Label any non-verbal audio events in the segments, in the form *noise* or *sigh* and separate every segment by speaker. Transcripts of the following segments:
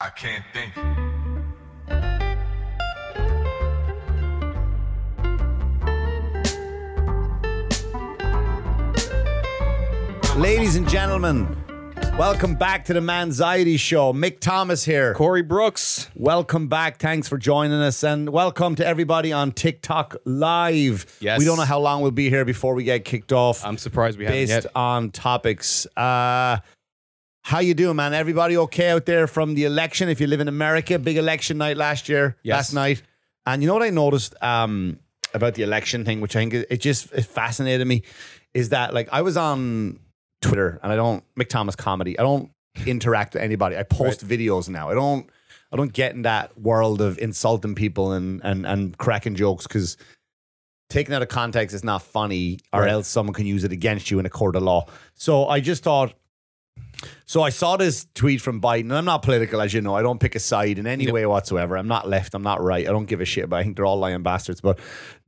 Speaker 1: I can't think.
Speaker 2: Ladies and gentlemen, welcome back to the Manxiety Show. Mick Thomas here.
Speaker 3: Corey Brooks.
Speaker 2: Welcome back. Thanks for joining us. And welcome to everybody on TikTok Live.
Speaker 3: Yes.
Speaker 2: We don't know how long we'll be here before we get kicked off.
Speaker 3: I'm surprised we haven't
Speaker 2: based
Speaker 3: yet.
Speaker 2: on topics. Uh, how you doing, man? Everybody okay out there from the election? If you live in America, big election night last year,
Speaker 3: Yes.
Speaker 2: last night. And you know what I noticed um, about the election thing, which I think it it just it fascinated me, is that like I was on Twitter and I don't McThomas comedy. I don't interact with anybody. I post videos now. I don't I don't get in that world of insulting people and and and cracking jokes because taken out of context it's not funny or
Speaker 3: Right.
Speaker 2: else someone can use it against you in a court of law so i just thought so i saw this tweet from biden and i'm not political as you know i don't pick a side in any way whatsoever i'm not left i'm not right i don't give a shit but i think they're all lying bastards but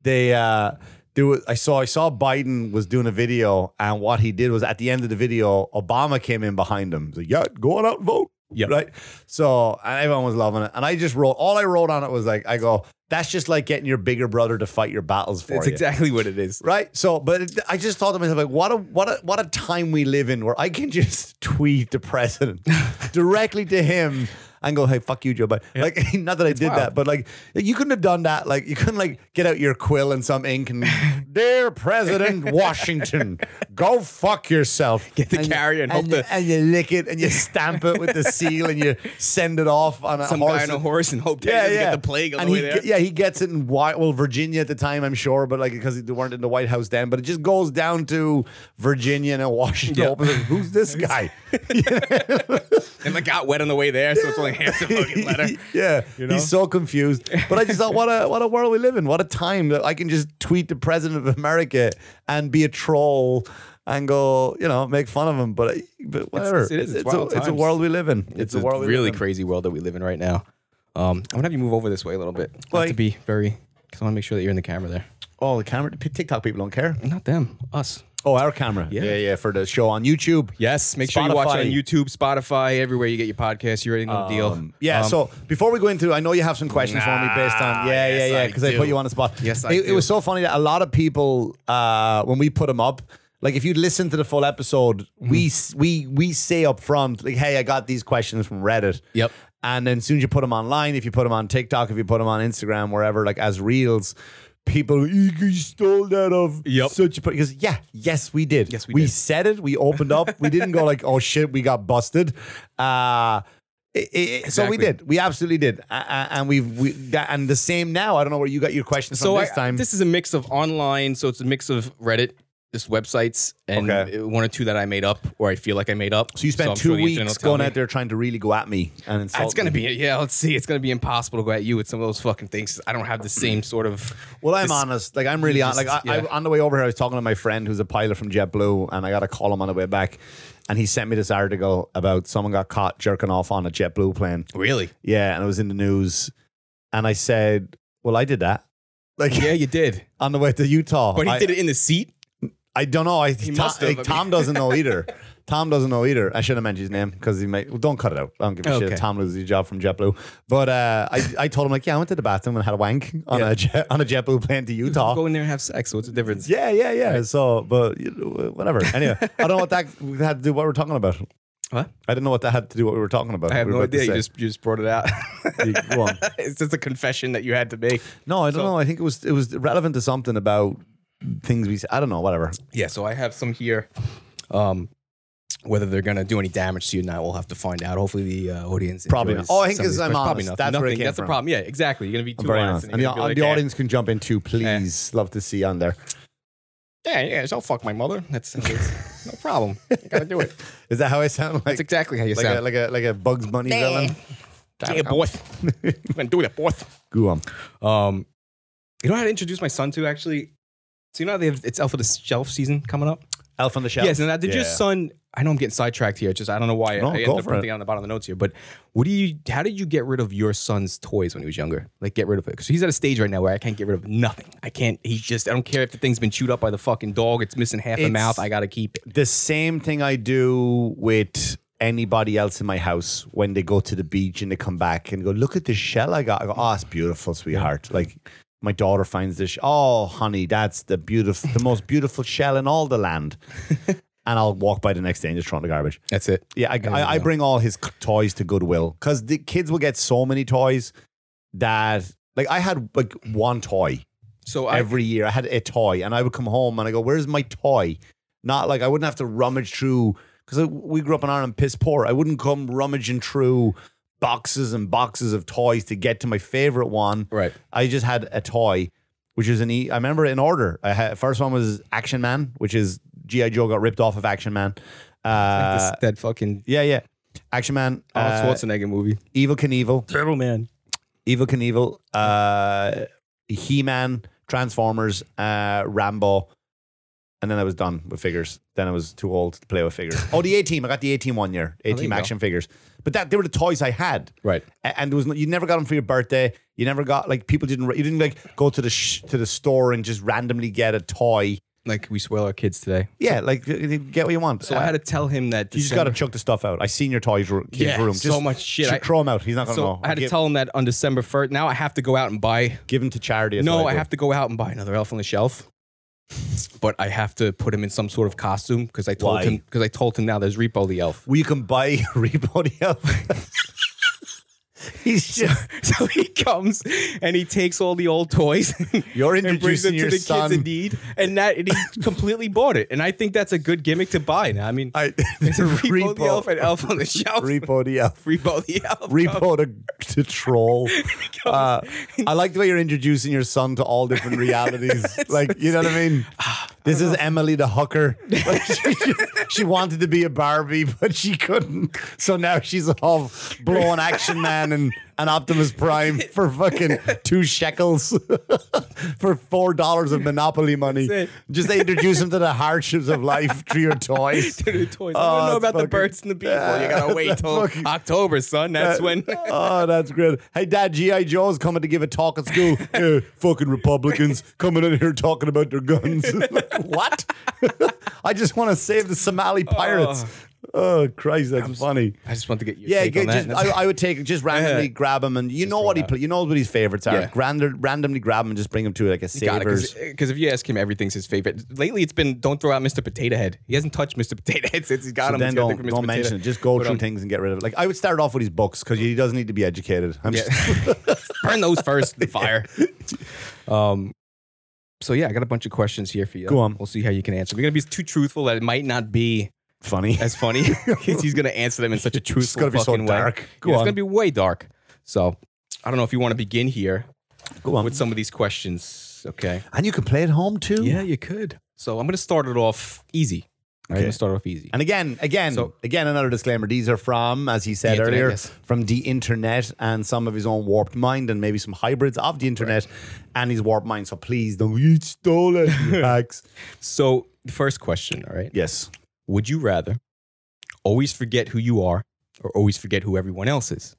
Speaker 2: they uh there was, I saw I saw Biden was doing a video, and what he did was at the end of the video, Obama came in behind him. He's like, yeah, go on out and vote.
Speaker 3: Yep.
Speaker 2: Right. So and everyone was loving it. And I just wrote all I wrote on it was like, I go, that's just like getting your bigger brother to fight your battles for
Speaker 3: It's
Speaker 2: you.
Speaker 3: exactly what it is.
Speaker 2: Right. So, but it, I just thought to myself, like, what a what a what a time we live in where I can *laughs* just tweet the
Speaker 3: *laughs*
Speaker 2: president directly to him and go, "Hey, fuck you, Joe." But like, *laughs* not that I did that,
Speaker 3: wild.
Speaker 2: but like, you couldn't have done that. Like, you couldn't like get out your quill and some ink and, "Dear
Speaker 3: *laughs*
Speaker 2: President Washington, go fuck yourself."
Speaker 3: Get the carrier and hope
Speaker 2: you,
Speaker 3: the-
Speaker 2: and you lick it and you stamp it with the seal and you send it off on a
Speaker 3: Some
Speaker 2: horse.
Speaker 3: guy on a horse and hope that he doesn't get the plague on
Speaker 2: and
Speaker 3: the way
Speaker 2: he,
Speaker 3: there.
Speaker 2: ge- Yeah, he gets it in Wy- well Virginia at the time, I'm sure, but like because they weren't in the White House then. But it just goes down to Virginia and Washington.
Speaker 3: Yeah.
Speaker 2: opens it, Who's
Speaker 3: *laughs*
Speaker 2: this guy?
Speaker 3: And it got wet on the way there, so
Speaker 2: *laughs*
Speaker 3: it's only half the fucking letter.
Speaker 2: yeah,
Speaker 3: know?
Speaker 2: he's so confused. But I just thought, what a what a world we live in. What a time that I can just tweet the president of America and be a troll and go, you know, make fun of him. But, uh, but whatever,
Speaker 3: it's- it is. It's
Speaker 2: a,
Speaker 3: wild
Speaker 2: it's a
Speaker 3: times.
Speaker 2: world we live in. It's,
Speaker 3: *laughs* It's,
Speaker 2: a
Speaker 3: a,
Speaker 2: world we
Speaker 3: really
Speaker 2: live in.
Speaker 3: crazy world that we live in right now. Um, I'm gonna have you move over this way a little bit. Not to
Speaker 2: Like-
Speaker 3: be very, because I want to make sure that you're in the camera there.
Speaker 2: Oh, the camera, the TikTok people don't care.
Speaker 3: Not them, us.
Speaker 2: Oh, our camera.
Speaker 3: Yeah.
Speaker 2: yeah, yeah for the show on YouTube.
Speaker 3: Yes, make sure you watch it on
Speaker 2: Spotify.
Speaker 3: YouTube, Spotify, everywhere you get your podcast. You already know the deal.
Speaker 2: Um, yeah.
Speaker 3: Um,
Speaker 2: so before we go into, I know you have some questions for me based on.
Speaker 3: Nah,
Speaker 2: Yeah,
Speaker 3: yes,
Speaker 2: yeah, yeah.
Speaker 3: I
Speaker 2: Because I,
Speaker 3: do.
Speaker 2: put you on the spot.
Speaker 3: Yes, I
Speaker 2: it, it
Speaker 3: do.
Speaker 2: was so funny that a lot of people uh, when we put them up. Like if you listen to the full episode,
Speaker 3: Mm-hmm.
Speaker 2: we s we we say up front, like, "Hey, I got these questions from Reddit."
Speaker 3: Yep.
Speaker 2: And then as soon as you put them online, if you put them on TikTok, if you put them on Instagram, wherever, like as reels, people "You- you stole that of
Speaker 3: Yep.
Speaker 2: such a because yeah, yes, we did.
Speaker 3: Yes, we
Speaker 2: we
Speaker 3: did.
Speaker 2: said it. We opened up. we didn't go like, "Oh shit, we got busted." Uh it, it, it- So we
Speaker 3: Exactly.
Speaker 2: did. We absolutely did, A- a- and we've we, that, and the same now. I don't know where you got your questions
Speaker 3: so
Speaker 2: from
Speaker 3: I,
Speaker 2: this time.
Speaker 3: this is a mix of online. So it's a mix of Reddit, just websites, and
Speaker 2: Okay.
Speaker 3: one or two that I made up or I feel like I made up.
Speaker 2: so you spent
Speaker 3: I'm
Speaker 2: two
Speaker 3: sure the internet
Speaker 2: weeks
Speaker 3: will tell
Speaker 2: going
Speaker 3: me.
Speaker 2: out there trying to really go at me and insult.
Speaker 3: Ah, It's gonna
Speaker 2: me.
Speaker 3: be yeah. Let's see. It's gonna be impossible to go at you with some of those fucking things. 'cause I don't
Speaker 2: Mm.
Speaker 3: have the same sort of.
Speaker 2: Well, I'm
Speaker 3: this-
Speaker 2: honest. Like I'm really
Speaker 3: you
Speaker 2: honest. Like I,
Speaker 3: just- yeah.
Speaker 2: I, on the way over here, I was talking to my friend who's a pilot from JetBlue, and I got a call him on the way back, and he sent me this article about someone got caught jerking off on a JetBlue plane.
Speaker 3: Really?
Speaker 2: Yeah, and it was in the news, and I said, "Well, I did that." Like
Speaker 3: *laughs* Yeah, you did.
Speaker 2: on the way to Utah,
Speaker 3: But he
Speaker 2: I,
Speaker 3: did it in the seat.
Speaker 2: I don't know. I, Tom,
Speaker 3: must have,
Speaker 2: like,
Speaker 3: I mean.
Speaker 2: Tom doesn't know
Speaker 3: *laughs*
Speaker 2: either. Tom doesn't know either. I should have mentioned his name because he might. Well, don't cut it out. I don't give a
Speaker 3: Okay.
Speaker 2: shit. Tom loses his job from JetBlue. But uh, I, I told him like, yeah, I went to the bathroom and had a wank on
Speaker 3: Yeah.
Speaker 2: a jet, on a JetBlue plane to Utah.
Speaker 3: Go in there and have sex. What's the difference?
Speaker 2: Yeah, yeah, yeah. So, but you know, whatever. Anyway, I don't know what that had to do. What we're talking about.
Speaker 3: What?
Speaker 2: I didn't know what that had to do. What we were talking about.
Speaker 3: I have
Speaker 2: We were
Speaker 3: no
Speaker 2: about to
Speaker 3: idea. You
Speaker 2: say.
Speaker 3: just you just brought it out. *laughs*
Speaker 2: You- go on.
Speaker 3: it's just a confession that you had to make.
Speaker 2: *laughs* No, I don't
Speaker 3: So-
Speaker 2: know. I think it was it was relevant to something about things we. s- I don't know. Whatever.
Speaker 3: Yeah. So I have some here. Um, whether they're gonna do any damage to you or not, we'll have to find out. Hopefully, the uh, audience
Speaker 2: Probably
Speaker 3: enjoys
Speaker 2: not. Oh, I think
Speaker 3: some of
Speaker 2: 'cause
Speaker 3: these
Speaker 2: I'm honest.
Speaker 3: questions. Probably
Speaker 2: That's
Speaker 3: nothing.
Speaker 2: where it
Speaker 3: Nothing.
Speaker 2: came
Speaker 3: That's
Speaker 2: from.
Speaker 3: the problem. Yeah, exactly. You're gonna be too
Speaker 2: I'm very
Speaker 3: honest,
Speaker 2: honest. And the, uh,
Speaker 3: you're gonna be like,
Speaker 2: the
Speaker 3: "Eh,
Speaker 2: audience can jump in too. Please, love to see you on there.
Speaker 3: Yeah, yeah. So I'll fuck my mother.
Speaker 2: *laughs*
Speaker 3: That's, that's no problem. I gotta do it.
Speaker 2: Is that how I sound? Like
Speaker 3: That's exactly how you
Speaker 2: like
Speaker 3: sound.
Speaker 2: a, like a like a Bugs Bunny villain.
Speaker 3: yeah, boy. *laughs* I'm gonna do that, boy.
Speaker 2: Go on.
Speaker 3: Um, you know how to introduce my son to actually? So you know how they have it's Elf of the Shelf season coming up.
Speaker 2: Elf on the shelf.
Speaker 3: Yes, and that did your
Speaker 2: Yeah.
Speaker 3: son? I know I'm getting sidetracked here. Just I don't know why
Speaker 2: No, go
Speaker 3: I ended up
Speaker 2: for it.
Speaker 3: putting it on the bottom of the notes here. But what do you? How did you get rid of your son's toys when he was younger? Like get rid of it because he's at a stage right now where I can't get rid of nothing. I can't. He's just. I don't care if the thing's been chewed up by the fucking dog. It's missing half a
Speaker 2: It's-
Speaker 3: mouth. I gotta keep it.
Speaker 2: the same thing I do with anybody else in my house when they go to the beach and they come back and go, look at this shell I got. I go, oh, it's beautiful, sweetheart. Like my daughter finds this. sh- Oh, honey, that's the beautiful, the most beautiful shell in all the *laughs* land. and I'll walk by the next day and just throw it in the garbage.
Speaker 3: That's it.
Speaker 2: Yeah, I, I, I bring all his c- toys to Goodwill because the kids will get so many toys that like I had like one toy
Speaker 3: So I
Speaker 2: every year. I had a toy, and I would come home and I go, "Where's my toy?" Not like I wouldn't have to rummage through because we grew up in Ireland, piss poor. I wouldn't come rummaging through boxes and boxes of toys to get to my favorite one.
Speaker 3: right.
Speaker 2: I just had a toy, which is an E. I remember it in order. I had first one was Action Man, which is GI Joe got ripped off of Action Man. Uh,
Speaker 3: This- that fucking
Speaker 2: yeah, yeah. Action Man,
Speaker 3: Arnold
Speaker 2: uh,
Speaker 3: Schwarzenegger movie.
Speaker 2: Evil Knievel,
Speaker 3: Turtle Man.
Speaker 2: Evil Knievel, uh, He Man, Transformers, uh, Rambo. And then I was done with figures. Then I was too old to play with figures.
Speaker 3: *laughs*
Speaker 2: Oh, the A Team. I got the A Team one year. A
Speaker 3: Oh, you
Speaker 2: Team
Speaker 3: go.
Speaker 2: action figures. But that they were the toys I had.
Speaker 3: Right.
Speaker 2: A- And there was no, you never got them for your birthday. You never got like people didn't re- you didn't like go to the sh- to the store and just randomly get a toy.
Speaker 3: Like we spoil our kids today.
Speaker 2: Yeah, like y- y- get what you want. Uh,
Speaker 3: So I had to tell him that
Speaker 2: you just got to
Speaker 3: December-
Speaker 2: chuck the stuff out. I seen your toys ro- kids
Speaker 3: Yeah,
Speaker 2: room.
Speaker 3: so
Speaker 2: Just
Speaker 3: much shit.
Speaker 2: ch-
Speaker 3: I-
Speaker 2: throw him out. He's not gonna
Speaker 3: So
Speaker 2: know.
Speaker 3: I had to
Speaker 2: Give-
Speaker 3: tell him that on December first. Now I have to go out and buy.
Speaker 2: give them to charity. is
Speaker 3: No,
Speaker 2: what
Speaker 3: I have to go out and buy another Elf on the Shelf. But I have to put him in some sort of costume because I told
Speaker 2: Why?
Speaker 3: him because I told him now there's Repo the Elf. *laughs*
Speaker 2: Well, you can buy *laughs* Rebo the elf. *laughs* He's just
Speaker 3: So he comes and he takes all the old toys. *laughs*
Speaker 2: You're
Speaker 3: and brings
Speaker 2: introducing
Speaker 3: them to
Speaker 2: your
Speaker 3: the
Speaker 2: son.
Speaker 3: kids in need, and that and he completely bought it. And I think that's a good gimmick to buy. Now I mean,
Speaker 2: I, *laughs*
Speaker 3: it's a *laughs* Repo, the Elf
Speaker 2: Repo,
Speaker 3: and Elf on the Shelf.
Speaker 2: Repo the elf.
Speaker 3: Repo the Elf. *laughs*
Speaker 2: Repo the, the troll. Uh, *laughs* I like the way you're introducing your son to all different realities. like, you know what I mean? This is Emily the hooker. Like, she, she- she wanted to be a Barbie, *laughs* but she couldn't. So now she's all blowing Action Man and, and Optimus Prime for fucking two shekels *laughs* for four dollars of Monopoly money.
Speaker 3: That's it.
Speaker 2: Just introduce him to the hardships of life through your toys.
Speaker 3: to the toys.
Speaker 2: Oh,
Speaker 3: I don't know
Speaker 2: it's
Speaker 3: about the
Speaker 2: fucking-
Speaker 3: birds and the bees. Well, you
Speaker 2: Yeah,
Speaker 3: gotta
Speaker 2: *laughs*
Speaker 3: wait
Speaker 2: that's
Speaker 3: till
Speaker 2: fucking-
Speaker 3: October, son. That's when.
Speaker 2: *laughs* oh, that's great. Hey, Dad, G.I. Joe's coming to give a talk at
Speaker 3: *laughs*
Speaker 2: school. Eh, fucking Republicans coming in here talking about their
Speaker 3: *laughs*
Speaker 2: guns. Like, what? *laughs* I just want to save the Somali pirates. Oh, Christ, that's funny.
Speaker 3: I just want to get your
Speaker 2: Yeah,
Speaker 3: take on
Speaker 2: get-
Speaker 3: that.
Speaker 2: just, I, I would take just randomly
Speaker 3: Yeah.
Speaker 2: grab him, and you know what he play, you know what his favorites are.
Speaker 3: Yeah.
Speaker 2: Random, randomly grab him and just bring him to like a savers.
Speaker 3: because if you ask him, everything's his favorite. Lately, it's been don't throw out Mr. Potato Head. He hasn't touched Mr. Potato Head *laughs* since he's got
Speaker 2: So
Speaker 3: him.
Speaker 2: then
Speaker 3: He's got
Speaker 2: don't,
Speaker 3: to think of Mr.
Speaker 2: don't
Speaker 3: Potato
Speaker 2: mention it.
Speaker 3: Head.
Speaker 2: Just go
Speaker 3: But,
Speaker 2: through
Speaker 3: um,
Speaker 2: things and get rid of it. Like I would start off with his books because he doesn't need to be educated. I'm just *laughs*
Speaker 3: Yeah. Burn those first. The fire. Um. So yeah, I got a bunch of questions here for you.
Speaker 2: Go on.
Speaker 3: We'll see how you can answer. We're gonna be too truthful that it might not be
Speaker 2: funny. *laughs*
Speaker 3: as funny *laughs* because he's gonna answer them in such a
Speaker 2: It's
Speaker 3: truthful
Speaker 2: gonna be so
Speaker 3: fucking way.
Speaker 2: dark. Go
Speaker 3: Yeah, it's
Speaker 2: on.
Speaker 3: gonna be way dark. So I don't know if you want to begin here
Speaker 2: Go on.
Speaker 3: with some of these questions. Okay.
Speaker 2: And you can play at home too.
Speaker 3: you could. So I'm gonna start it off easy. All
Speaker 2: Okay.
Speaker 3: right, I'm gonna start off easy.
Speaker 2: And again, again,
Speaker 3: So-
Speaker 2: again, another disclaimer. These are from, as he said
Speaker 3: The internet,
Speaker 2: earlier,
Speaker 3: yes.
Speaker 2: from the internet and some of his own warped mind and maybe some hybrids of the internet and his warped mind. So please don't, you stole
Speaker 3: *laughs*
Speaker 2: it, you hacks.
Speaker 3: So the first question, all right.
Speaker 2: Yes.
Speaker 3: Would you rather always forget who you are or always forget who everyone else is?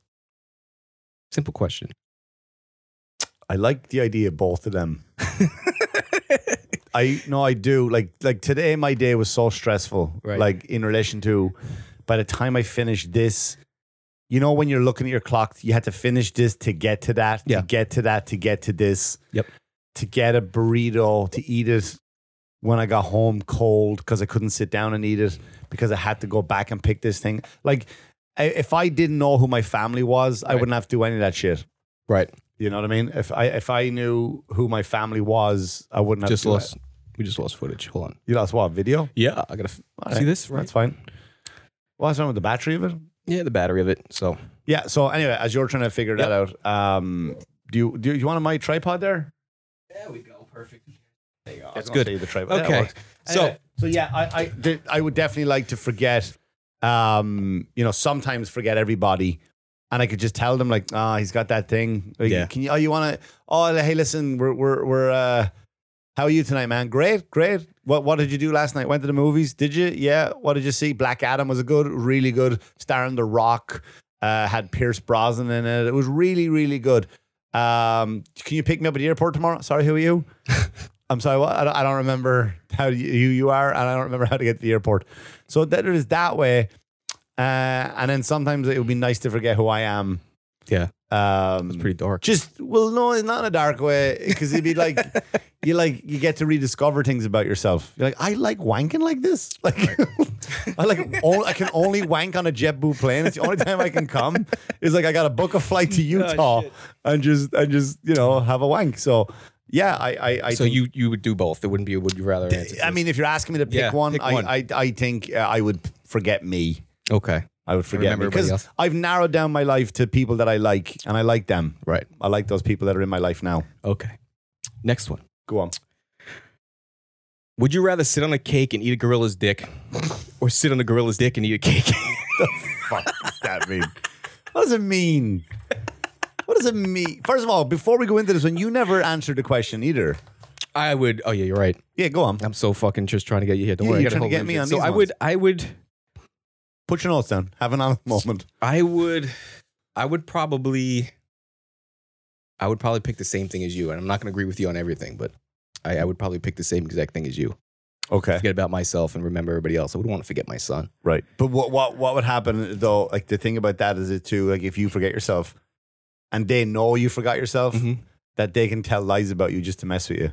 Speaker 3: Simple question.
Speaker 2: I like the idea of both of
Speaker 3: *laughs*
Speaker 2: them. I no, I do. Like like today, my day was so stressful.
Speaker 3: Right.
Speaker 2: Like in relation to, by the time I finished this, you know, when you're looking at your clock, you had to finish this to get to that,
Speaker 3: Yeah.
Speaker 2: to get to that, to get to this.
Speaker 3: Yep.
Speaker 2: To get a burrito to eat it when I got home cold because I couldn't sit down and eat it because I had to go back and pick this thing. Like I, if I didn't know who my family was, I
Speaker 3: Right.
Speaker 2: wouldn't have to do any of that shit.
Speaker 3: Right.
Speaker 2: You know what I mean? If I if I knew who my family was, I wouldn't have
Speaker 3: Just
Speaker 2: to do
Speaker 3: lost
Speaker 2: it.
Speaker 3: we just lost footage. Hold on.
Speaker 2: You lost what video?
Speaker 3: Yeah, I gotta f-
Speaker 2: All
Speaker 3: see
Speaker 2: right.
Speaker 3: this, right?
Speaker 2: That's fine. What's wrong with the battery of it?
Speaker 3: Yeah, the battery of it. So
Speaker 2: Yeah. So anyway, as you're trying to figure that out, um, do you do you want my tripod there?
Speaker 3: There we go. Perfect. There you go.
Speaker 2: That's
Speaker 3: good.
Speaker 2: the tripod. Yeah, it
Speaker 3: Okay.
Speaker 2: works.
Speaker 3: So
Speaker 2: Anyway, so Uh, yeah, I I, did, I would definitely like to forget. Um, you know, sometimes forget everybody, and I could just tell them like, ah, he's got that thing. Like,
Speaker 3: Yeah.
Speaker 2: Can you? Oh, you want to? Oh, hey, listen, we're we're we're. Uh, how are you tonight, man? Great, great. What what did you do last night? Went to the movies? Did you? Yeah. What did you see? Black Adam was a good, really good. Starring The Rock, uh, had Pierce Brosnan in it. It was really, really good. Um, can you pick me up at the airport tomorrow? Sorry, who are you? I'm sorry. What? I don't, I don't remember how you, who you are, and I don't remember how to get to the airport. So that is that way. Uh, and then sometimes it would be nice to forget who I am.
Speaker 3: Yeah.
Speaker 2: Um,
Speaker 3: It's pretty dark.
Speaker 2: Just well, no, it's not in a dark way because it'd be like you like you get to rediscover things about yourself. You're like, I like wanking like this. *laughs* Like, I like all, I can only wank on a JetBlue plane. It's the only time I can come. Is like I got to book a flight to Utah
Speaker 3: shit.
Speaker 2: and just and just you know have a wank. So yeah, I I, I
Speaker 3: so
Speaker 2: think-
Speaker 3: you you would do both. There wouldn't be a would you rather answer. to
Speaker 2: I
Speaker 3: this.
Speaker 2: mean, if you're asking me to pick
Speaker 3: Yeah,
Speaker 2: one,
Speaker 3: pick
Speaker 2: I,
Speaker 3: one.
Speaker 2: I I think uh, I would forget me.
Speaker 3: okay,
Speaker 2: I would forget
Speaker 3: remember everybody
Speaker 2: because
Speaker 3: else.
Speaker 2: I've narrowed down my life to people that I like, and I like them.
Speaker 3: right,
Speaker 2: I like those people that are in my life now.
Speaker 3: okay. Next one.
Speaker 2: Go on.
Speaker 3: Would you rather sit on a cake and eat a gorilla's dick, or sit on a gorilla's dick and eat a cake?
Speaker 2: fuck does that mean? *laughs* What does it mean? What does it mean? First of all, before we go into this one, you never answered the question either.
Speaker 3: *laughs* I would. Oh yeah, you're right.
Speaker 2: Yeah, go on.
Speaker 3: I'm so fucking just trying to get you here. Don't
Speaker 2: Yeah,
Speaker 3: worry. I
Speaker 2: you're
Speaker 3: got a
Speaker 2: trying to
Speaker 3: whole
Speaker 2: get me
Speaker 3: list.
Speaker 2: on
Speaker 3: So
Speaker 2: these
Speaker 3: I
Speaker 2: ones.
Speaker 3: would. I would.
Speaker 2: Put your notes down. Have an honest moment.
Speaker 3: I would. I would probably. I would probably pick the same thing as you, and I'm not going to agree with you on everything, but I, I would probably pick the same exact thing as you.
Speaker 2: Okay.
Speaker 3: Forget about myself and remember everybody else. I would not want to forget my son.
Speaker 2: Right. But what what what would happen though? Like the thing about that is it too. Like if you forget yourself, and they know you forgot yourself,
Speaker 3: Mhm.
Speaker 2: that they can tell lies about you just to mess with you.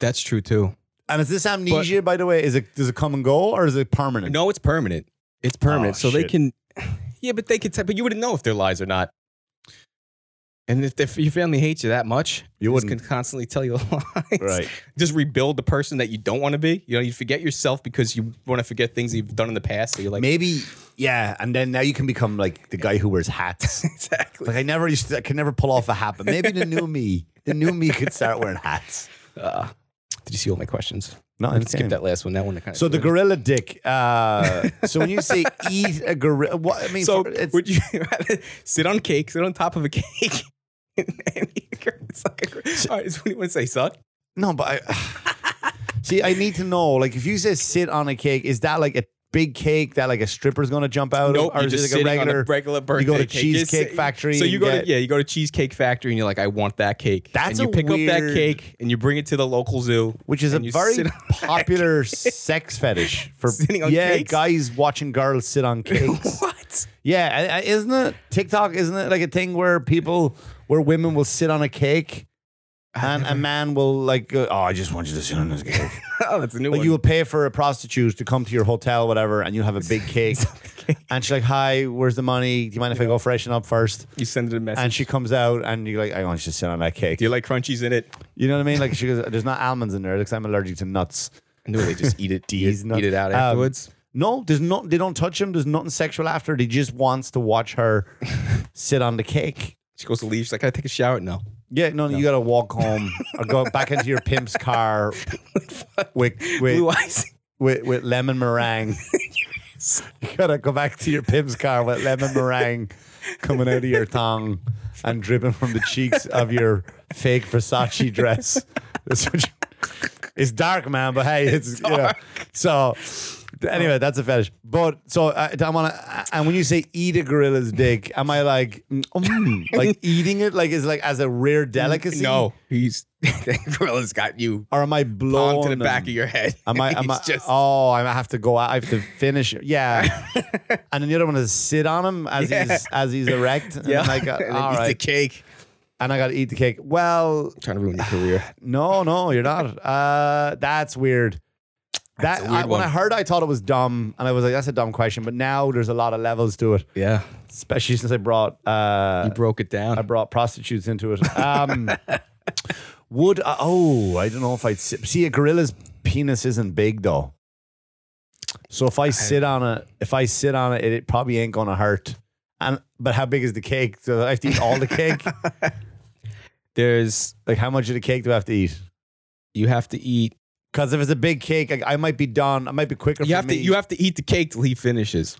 Speaker 3: That's true too.
Speaker 2: And is this amnesia, by the way? Is it does it come and go or is it permanent?
Speaker 3: No, it's permanent. It's permanent.
Speaker 2: Oh,
Speaker 3: so they
Speaker 2: shit.
Speaker 3: can. Yeah, but they could. T- but you wouldn't know if they're lies or not. And if, if your family hates you that much,
Speaker 2: you
Speaker 3: just
Speaker 2: wouldn't.
Speaker 3: can constantly tell you *laughs* lies.
Speaker 2: Right.
Speaker 3: just rebuild the person that you don't want to be. You know, you forget yourself because you want to forget things you've done in the past. So you're like,
Speaker 2: Maybe. Yeah. And then now you can become like the guy who wears
Speaker 3: *laughs*
Speaker 2: hats.
Speaker 3: *laughs* exactly.
Speaker 2: Like I never used to, I could never pull off a hat, but maybe the new me, the new me could start wearing hats.
Speaker 3: Uh, did you see all my questions?
Speaker 2: No,
Speaker 3: Let's skip that last one. That one. I Kinda
Speaker 2: So the gorilla dick. Uh, so when you say eat a gorilla, what I mean,
Speaker 3: So
Speaker 2: for- it's,
Speaker 3: *laughs* would you rather sit on cake, sit on top of a *laughs* cake? and eat a gr- *laughs* it's like a gr- all right, so what do you want to say, son?
Speaker 2: no, but I, *sighs* see, I need to know. Like, if you say sit on a cake, is that like a big cake that like a stripper's gonna jump out
Speaker 3: Nope,
Speaker 2: of, or
Speaker 3: you're
Speaker 2: is
Speaker 3: just
Speaker 2: it like a
Speaker 3: sitting on
Speaker 2: regular?
Speaker 3: a regular birthday
Speaker 2: you go to
Speaker 3: cake. You're
Speaker 2: Cheesecake
Speaker 3: sit-
Speaker 2: Factory
Speaker 3: So you
Speaker 2: and
Speaker 3: go
Speaker 2: get-
Speaker 3: to yeah, you go to Cheesecake Factory and you're like, I want that cake.
Speaker 2: That's
Speaker 3: and you
Speaker 2: a
Speaker 3: pick up that
Speaker 2: weird-
Speaker 3: cake and you bring it to the local zoo.
Speaker 2: which is a
Speaker 3: and you
Speaker 2: very
Speaker 3: sit on *laughs* that
Speaker 2: popular sex fetish for
Speaker 3: Sitting on
Speaker 2: yeah
Speaker 3: cakes?
Speaker 2: guys watching girls sit
Speaker 3: *laughs*
Speaker 2: on cakes.
Speaker 3: what? *laughs*
Speaker 2: Yeah, I- I- isn't it TikTok? Isn't it like a thing where people, where women will sit on a cake, and a man will like, go, oh, I just want you to sit on this cake.
Speaker 3: Oh, that's a new
Speaker 2: like
Speaker 3: one.
Speaker 2: you will pay for a prostitute to come to your hotel, whatever, and you'll have a big *laughs* cake. and she's like, "Hi, where's the money? Do you mind if I go freshen up first?
Speaker 3: You send it a message.
Speaker 2: And she comes out, and you're like, "I want you to sit on that cake."
Speaker 3: Do you like crunchies
Speaker 2: *laughs*
Speaker 3: in it?
Speaker 2: You know what I mean? Like she goes, "There's not almonds in there because I'm allergic to nuts."
Speaker 3: I know they just eat it.
Speaker 2: These nuts. Um, No, there's not. They don't touch him. There's nothing sexual after. He just wants to watch *laughs* her sit on the cake.
Speaker 3: She goes to leave. She's like, "Can I take a shower?" No.
Speaker 2: Yeah, no, you gotta walk home or go back into your pimp's *laughs* car with
Speaker 3: Blue
Speaker 2: with,
Speaker 3: eyes.
Speaker 2: with with lemon
Speaker 3: *laughs*
Speaker 2: meringue. you gotta go back to your pimp's car with lemon meringue coming out of your tongue and dripping from the cheeks of your fake Versace dress. That's what you- it's dark, man, but hey, it's, you know. So anyway, that's a fetish. But so I, I want to. And when you say eat a gorilla's dick, am I like, mm, mm,
Speaker 3: *laughs*
Speaker 2: like eating it, like is like as a rare delicacy?
Speaker 3: No, he's *laughs* that gorilla's got you
Speaker 2: Or am I
Speaker 3: on
Speaker 2: blown
Speaker 3: to the back of your head.
Speaker 2: Am I? Am
Speaker 3: *laughs* He's
Speaker 2: I
Speaker 3: just
Speaker 2: oh, I have to go. out. I have to finish. it.
Speaker 3: *laughs*
Speaker 2: Yeah. and then the other one is sit on him as
Speaker 3: Yeah.
Speaker 2: he's as he's erect. And
Speaker 3: yeah.
Speaker 2: then I got,
Speaker 3: *laughs* and then
Speaker 2: uh, all
Speaker 3: eats the
Speaker 2: right.
Speaker 3: cake.
Speaker 2: and I got to eat the cake. Well,
Speaker 3: trying to ruin your career.
Speaker 2: no, no, you're not. Uh, that's weird. That
Speaker 3: a weird
Speaker 2: I, when
Speaker 3: one.
Speaker 2: I heard, I thought it was dumb, and I was like, "That's a dumb question." But now there's a lot of levels to it,
Speaker 3: Yeah,
Speaker 2: especially since I brought uh,
Speaker 3: you broke it down.
Speaker 2: I brought prostitutes into it. Um, *laughs* would I, oh, I don't know if I'd si- see a gorilla's penis isn't big though. So if I sit on it, if I sit on it, it, it probably ain't gonna hurt. And but how big is the cake? So I have to eat all the cake.
Speaker 3: *laughs* There's
Speaker 2: like how much of the cake do I have to eat?
Speaker 3: you have to eat.
Speaker 2: Because if it's a big cake, I, I might be done. I might be quicker.
Speaker 3: You
Speaker 2: for
Speaker 3: have
Speaker 2: me.
Speaker 3: to you have to eat the cake till he finishes.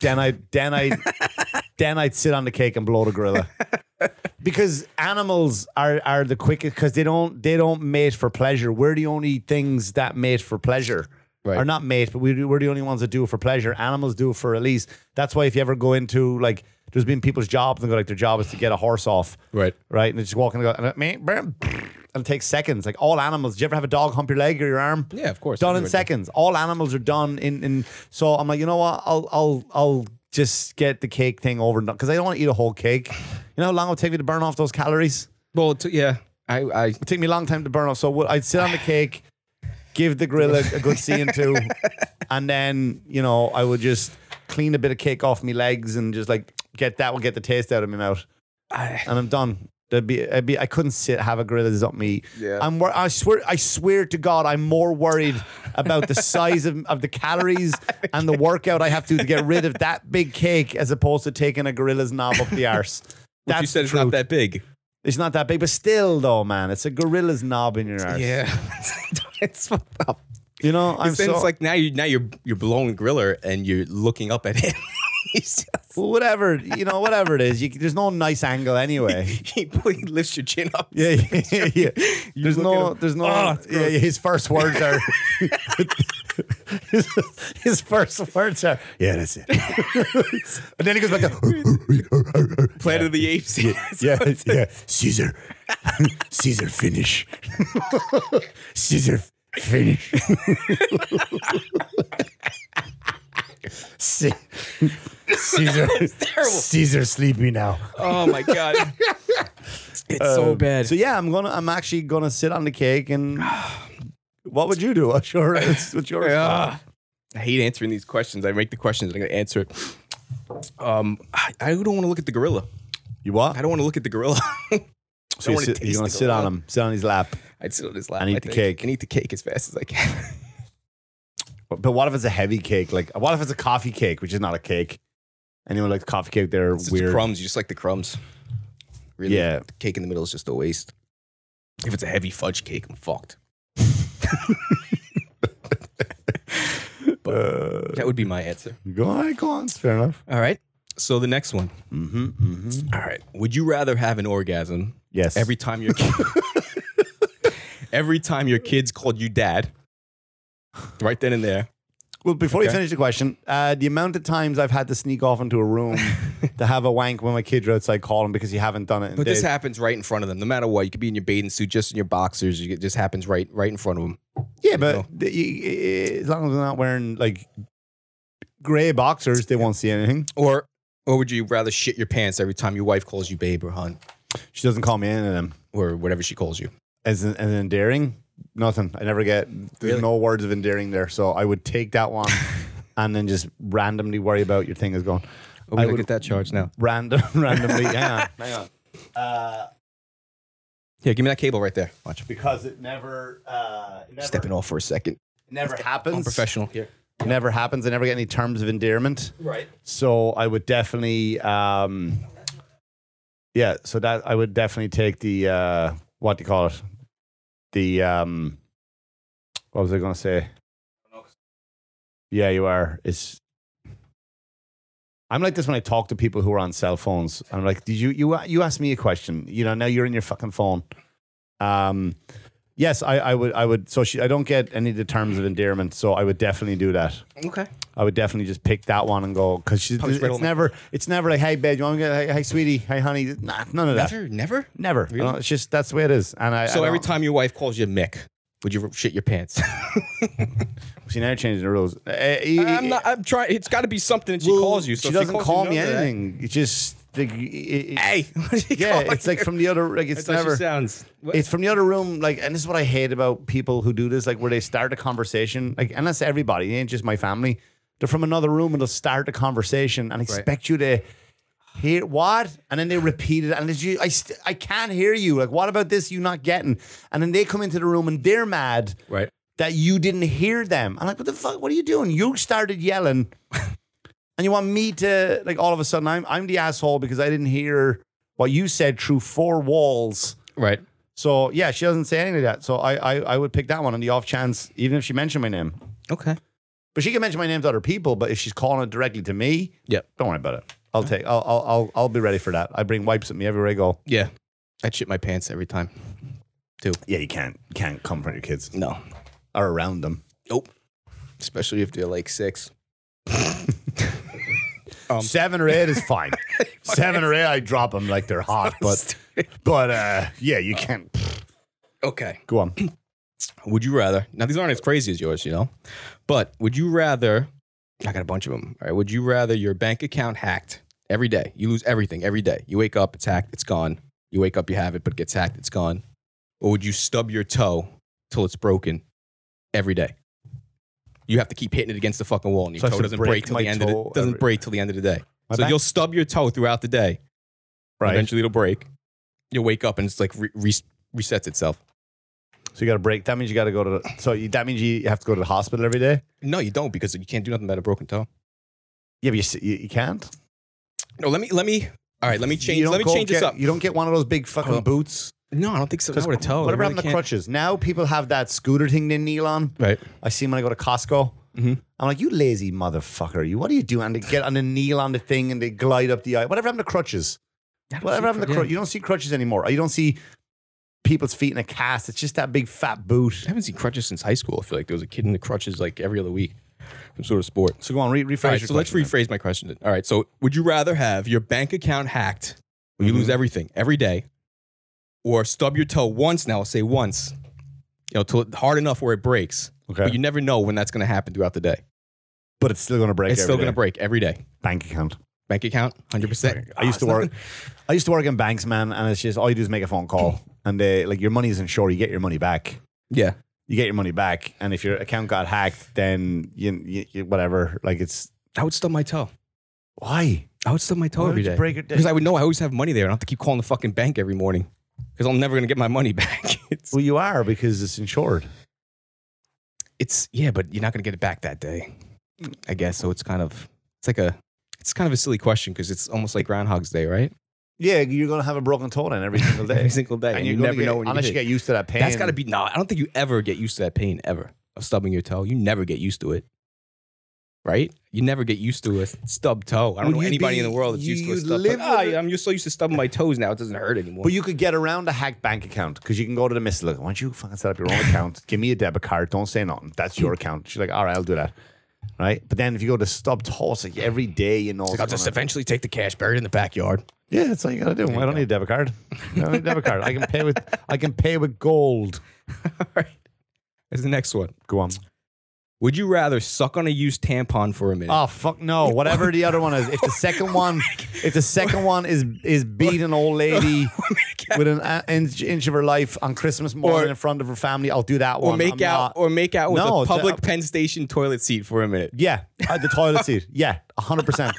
Speaker 2: then I then
Speaker 3: *laughs*
Speaker 2: I then I'd sit on the cake and blow the gorilla. Because animals are are the quickest because they don't they don't mate for pleasure. We're the only things that mate for pleasure.
Speaker 3: Right.
Speaker 2: Or not mate, but we, we're the only ones that do it for pleasure. Animals do it for release. That's why if you ever go into like there's been people's jobs and go like their job is to get a horse off,
Speaker 3: Right.
Speaker 2: right? And they just walk and they go and, it- meh, brr, it'll take seconds. Like all animals. Did you ever have a dog hump your leg or your arm?
Speaker 3: Yeah, of course.
Speaker 2: Done in
Speaker 3: Everybody-
Speaker 2: seconds. All animals are done in in. So I'm like, you know what? I'll I'll I'll just get the cake thing over and done because I don't want to eat a whole cake. You know how long it would take me to burn off those calories?
Speaker 3: Well, t- yeah. I, I
Speaker 2: It took me a long time to burn off. So what- I'd sit on the cake, give the grill a, a good seeing
Speaker 3: *laughs*
Speaker 2: to, and then you know I would just clean a bit of cake off my legs and just like get that will get the taste out of my mouth,
Speaker 3: I-
Speaker 2: and I'm done. That'd be, I'd be, I couldn't sit have a grill that's up me.
Speaker 3: Yeah.
Speaker 2: I'm wor- I swear I swear to God I'm more worried about the size of, of the calories and the workout I have to do to get rid of that big cake as opposed to taking a gorilla's knob up
Speaker 3: *laughs*
Speaker 2: the arse.
Speaker 3: But
Speaker 2: That's
Speaker 3: you said
Speaker 2: the
Speaker 3: it's not
Speaker 2: truth.
Speaker 3: that big.
Speaker 2: It's not that big, but still, though, man, it's a gorilla's knob in your arse.
Speaker 3: Yeah,
Speaker 2: *laughs*
Speaker 3: it's fucked up.
Speaker 2: You know, I'm
Speaker 3: And
Speaker 2: so
Speaker 3: it's like now you now you're you're blowing griller and you're looking up at him. *laughs* He's just,
Speaker 2: Well, whatever. You know, whatever it is. You, there's no nice angle
Speaker 3: *laughs*
Speaker 2: anyway.
Speaker 3: he he lifts your chin up. *laughs*
Speaker 2: Yeah, yeah, yeah. There's
Speaker 3: look at
Speaker 2: no,
Speaker 3: him.
Speaker 2: there's no.
Speaker 3: Oh, it's
Speaker 2: yeah, yeah, his first words
Speaker 3: *laughs*
Speaker 2: are. *laughs* his, his first words are. Yeah, that's
Speaker 3: *laughs*
Speaker 2: it. and then he goes back to.
Speaker 3: Planet of the Apes. *laughs*
Speaker 2: Yeah, yeah. Caesar, *laughs* Caesar, finish. *laughs* Caesar, finish. *laughs* Ce- *laughs* Caesar, *laughs*
Speaker 3: terrible.
Speaker 2: Caesar, sleep me now.
Speaker 3: Oh my god, it's so bad.
Speaker 2: Um, So yeah, I'm gonna, I'm actually gonna sit on the cake and.
Speaker 3: *sighs*
Speaker 2: What would you do? What's your, what's your
Speaker 3: Ugh. I hate answering these questions. I make the questions and I'm gonna answer it. Um, I, I don't want to look at the gorilla.
Speaker 2: You what?
Speaker 3: I don't want to look at the gorilla.
Speaker 2: So
Speaker 3: I
Speaker 2: you
Speaker 3: wanna
Speaker 2: sit, you're
Speaker 3: taste
Speaker 2: gonna
Speaker 3: the
Speaker 2: sit on
Speaker 3: gorilla.
Speaker 2: him, sit on his lap.
Speaker 3: I'd sit on his lap.
Speaker 2: And eat
Speaker 3: I
Speaker 2: the
Speaker 3: think,
Speaker 2: cake.
Speaker 3: And eat the cake as fast as I can. *laughs*
Speaker 2: But, but what if it's a heavy cake? Like, what if it's a coffee cake, which is not a cake? Anyone likes coffee cake? They're
Speaker 3: It's just
Speaker 2: weird.
Speaker 3: crumbs. You just like the crumbs. Really,
Speaker 2: Yeah.
Speaker 3: the cake in the middle is just a waste. If it's a heavy fudge cake, I'm fucked. *laughs*
Speaker 2: Uh,
Speaker 3: That would be my answer.
Speaker 2: Go on, go on. Fair enough.
Speaker 3: All right. So the next one.
Speaker 2: Mm-hmm, mm-hmm.
Speaker 3: All right. Would you rather have an orgasm
Speaker 2: Yes.
Speaker 3: every time your
Speaker 2: *laughs*
Speaker 3: *laughs* every time your kids called you dad, right then and there?
Speaker 2: well, before you
Speaker 3: Okay.
Speaker 2: finish the question, uh, the amount of times I've had to sneak off into a
Speaker 3: *laughs*
Speaker 2: room to have a wank when my kids are outside calling because you haven't done it. In
Speaker 3: But
Speaker 2: days.
Speaker 3: this happens right in front of them, no matter what. You could be in your bathing suit, just in your boxers. You- It just happens right right in front of them.
Speaker 2: yeah, but the, you, as long as they're not wearing like gray boxers, they won't see anything.
Speaker 3: Or or would you rather shit your pants every time your wife calls you babe or hun
Speaker 2: She doesn't call me any of them.
Speaker 3: or whatever she calls you?
Speaker 2: As an, as an endearing, nothing. I never get. There's
Speaker 3: Really?
Speaker 2: no words of endearing there, so I would take that *laughs* one. And then just randomly worry about your thing is going
Speaker 3: Oh,
Speaker 2: I
Speaker 3: we don't
Speaker 2: would-
Speaker 3: get that charge now.
Speaker 2: random, *laughs* randomly. hang on, hang on.
Speaker 3: Yeah, give me that cable right there. Watch.
Speaker 2: because it never, uh, it never,
Speaker 3: Stepping off for a second.
Speaker 2: never happens.
Speaker 3: Unprofessional here.
Speaker 2: It never happens. I never get any terms of endearment.
Speaker 3: Right.
Speaker 2: So I would definitely, um, yeah. So that I would definitely take the uh, what do you call it? The um, what was I going to say? Yeah, you are. It's. I'm like this when I talk to people who are on cell phones. I'm like, did you you you asked me a question? You know, now you're in your fucking phone. Um, yes, I, I would I would. So she, I don't get any of the terms of endearment. So I would definitely do that.
Speaker 3: Okay.
Speaker 2: I would definitely just pick that one and go because she's
Speaker 3: Punch
Speaker 2: it's
Speaker 3: right on the-
Speaker 2: never it's never like hey babe you want to get hey, hey sweetie hey honey nah, none of that
Speaker 3: Never, never.
Speaker 2: never I
Speaker 3: Really?
Speaker 2: don't- it's just that's the way it is and I I
Speaker 3: So every
Speaker 2: don't-
Speaker 3: time your wife calls you Mick, would you shit your pants?
Speaker 2: she never changes the rules Eh,
Speaker 3: *laughs* I'm not. I'm trying. It's got to be something that she
Speaker 2: well,
Speaker 3: calls you. So
Speaker 2: she
Speaker 3: if
Speaker 2: doesn't
Speaker 3: calls
Speaker 2: call
Speaker 3: you
Speaker 2: me
Speaker 3: none of that-
Speaker 2: anything it's just like, it- it-
Speaker 3: Hey. *laughs* what she
Speaker 2: yeah
Speaker 3: call
Speaker 2: it's like
Speaker 3: *laughs* you?
Speaker 2: from the other like it's
Speaker 3: That's how she
Speaker 2: never
Speaker 3: sounds. What?
Speaker 2: it's from the other room like and this is what I hate about people who do this like where they start a conversation like and that's everybody it ain't just my family they're from another room and they'll start a conversation and expect you to hear what and then they repeat it and it's you I st- I can't hear you like what about this you not getting and then they come into the room and they're mad
Speaker 3: right.
Speaker 2: that you didn't hear them I'm like what the fuck what are you doing you started yelling and you want me to like all of a sudden I'm I'm the asshole because I didn't hear what you said through four walls
Speaker 3: Right.
Speaker 2: so yeah, she doesn't say anything like that. So I, I I would pick that one on the off chance, even if she mentioned my name.
Speaker 3: Okay.
Speaker 2: But she can mention my name to other people. But if she's calling it directly to me,
Speaker 3: Yep.
Speaker 2: don't worry about it. I'll take. I'll I'll I'll, I'll be ready for that. I bring wipes with me everywhere I go.
Speaker 3: Yeah. I shit my pants every time.
Speaker 2: Yeah, you can't can't comfort your kids
Speaker 3: No.
Speaker 2: or around them.
Speaker 3: Nope. Especially if they're like six.
Speaker 2: *laughs*
Speaker 3: Um,
Speaker 2: Seven or eight is *laughs* fine. *laughs* Seven or eight, I drop them like they're hot. But but uh, yeah, you can't.
Speaker 3: Okay.
Speaker 2: Go on.
Speaker 3: Would you rather? Now these aren't as crazy as yours, you know. But would you rather? I got a bunch of them. All right. Would you rather your bank account hacked every day? You lose everything every day. You wake up, it's hacked, it's gone. You wake up, you have it, but it gets hacked, it's gone. Or would you stub your toe till it's broken every day? You have to keep hitting it against the fucking wall, and your
Speaker 2: So I have
Speaker 3: toe
Speaker 2: to
Speaker 3: doesn't
Speaker 2: break
Speaker 3: break, till
Speaker 2: my
Speaker 3: the end of the
Speaker 2: toe
Speaker 3: doesn't
Speaker 2: every-
Speaker 3: break till the end of the day.
Speaker 2: My
Speaker 3: so
Speaker 2: back-
Speaker 3: you'll stub your toe throughout the day.
Speaker 2: Right.
Speaker 3: Eventually, it'll break. You'll wake up and it's like re- re- resets itself.
Speaker 2: So you got to break. That means you got to go to. The, so you, that means you have to go to the hospital every day.
Speaker 3: No, you don't because you can't do nothing about a broken toe.
Speaker 2: Yeah, but you, s- you, you can't.
Speaker 3: No, let me let me. All right, let me
Speaker 2: You
Speaker 3: change.
Speaker 2: don't
Speaker 3: Let me
Speaker 2: go
Speaker 3: change
Speaker 2: get,
Speaker 3: this up.
Speaker 2: You don't get one of those big fucking
Speaker 3: Hold on.
Speaker 2: boots.
Speaker 3: No, I don't think so. Not with a toe.
Speaker 2: Whatever
Speaker 3: I
Speaker 2: happened to
Speaker 3: can't-
Speaker 2: crutches? Now people have that scooter thing they kneel on.
Speaker 3: Right.
Speaker 2: I see when I go to Costco.
Speaker 3: Mhm.
Speaker 2: I'm like, you lazy motherfucker. You, what are you doing? And they get on the kneel on the thing and they glide up the aisle. Whatever happened to crutches? Whatever happened to crutches? You don't see crutches anymore. Or You don't see people's feet in a cast. It's just that big fat boot.
Speaker 3: I haven't seen crutches since high school. I feel like there was a kid in the crutches like every other week, some sort of sport.
Speaker 2: So go on, re- rephrase
Speaker 3: All right,
Speaker 2: your
Speaker 3: so let's
Speaker 2: question then.
Speaker 3: rephrase my question. then. All right, so would you rather have your bank account hacked, where you lose
Speaker 2: Mm-hmm.
Speaker 3: everything every day, or stub your toe once? Now I'll say once, you know, till hard enough where it breaks,
Speaker 2: Okay.
Speaker 3: but you never know when that's going to happen throughout the day.
Speaker 2: But it's still going to break.
Speaker 3: it's still going to break Ah, every day.
Speaker 2: Bank account.
Speaker 3: Bank account, hundred percent.
Speaker 2: I used to work. I used to work in banks, man, and it's just all you do is make a phone
Speaker 3: *clears throat*
Speaker 2: call, and they like your money isn't sure. You get your money back.
Speaker 3: *laughs* Yeah,
Speaker 2: You get your money back, and if your account got hacked, then you, you, you whatever. Like it's
Speaker 3: I would stub my toe.
Speaker 2: why
Speaker 3: I would stub my toe
Speaker 2: Why
Speaker 3: every
Speaker 2: would you
Speaker 3: day.
Speaker 2: break it down?
Speaker 3: Because I would know I always have money there and I don't have to keep calling the fucking bank every morning because I'm never going to get my money *laughs* back. it's,
Speaker 2: well you are because it's insured.
Speaker 3: it's, yeah, but you're not going to get it back that day, I guess. So it's kind of, it's like a, it's kind of a silly question because it's almost like Groundhog's Day, right?
Speaker 2: Yeah, you're gonna have a broken toe then every single day,
Speaker 3: *laughs* Every single day. And,
Speaker 2: and
Speaker 3: you
Speaker 2: you're gonna
Speaker 3: never
Speaker 2: get-
Speaker 3: know when you
Speaker 2: unless
Speaker 3: get
Speaker 2: you
Speaker 3: hit.
Speaker 2: get used to that pain.
Speaker 3: That's got to be, no, I don't think you ever get used to that pain ever of stubbing your toe. You never get used to it, right? You never get used to a stubbed toe.
Speaker 2: Well,
Speaker 3: I don't know
Speaker 2: you'd
Speaker 3: anybody
Speaker 2: be-
Speaker 3: in the world that's used to a
Speaker 2: you'd
Speaker 3: stubbed toe.
Speaker 2: live
Speaker 3: Ah,
Speaker 2: with it.
Speaker 3: I'm just so used to stubbing my toes now, it doesn't hurt anymore.
Speaker 2: But you could get around a hacked bank account because you can go to the miss. Look, why don't you fucking set up your own account? Give me a debit card. Don't say nothing. That's your account. She's like, all right, I'll do that. Right. But then if you go to stub toss, like every day, you know. it's
Speaker 3: Like, I'll just
Speaker 2: gonna-
Speaker 3: eventually take the cash, bury it in the backyard.
Speaker 2: yeah, that's all you gotta do. I don't need a debit card. *laughs* I don't need a debit card. I can pay with. I can pay with gold.
Speaker 3: *laughs* All right. Here's the next one.
Speaker 2: Go on.
Speaker 3: Would you rather suck on a used tampon for a minute?
Speaker 2: Oh fuck no! Whatever the other one is,
Speaker 3: *laughs*
Speaker 2: if the second one, if the second one is is beat an old
Speaker 3: *laughs*
Speaker 2: lady with an uh, inch, inch of her life on Christmas morning
Speaker 3: Or-
Speaker 2: in front of her family, I'll do that
Speaker 3: or
Speaker 2: one.
Speaker 3: make
Speaker 2: I'm
Speaker 3: out
Speaker 2: not-
Speaker 3: or make out with
Speaker 2: No,
Speaker 3: a public
Speaker 2: that-
Speaker 3: Penn Station toilet seat for a minute.
Speaker 2: Yeah, uh, the
Speaker 3: *laughs*
Speaker 2: toilet seat. Yeah, hundred percent.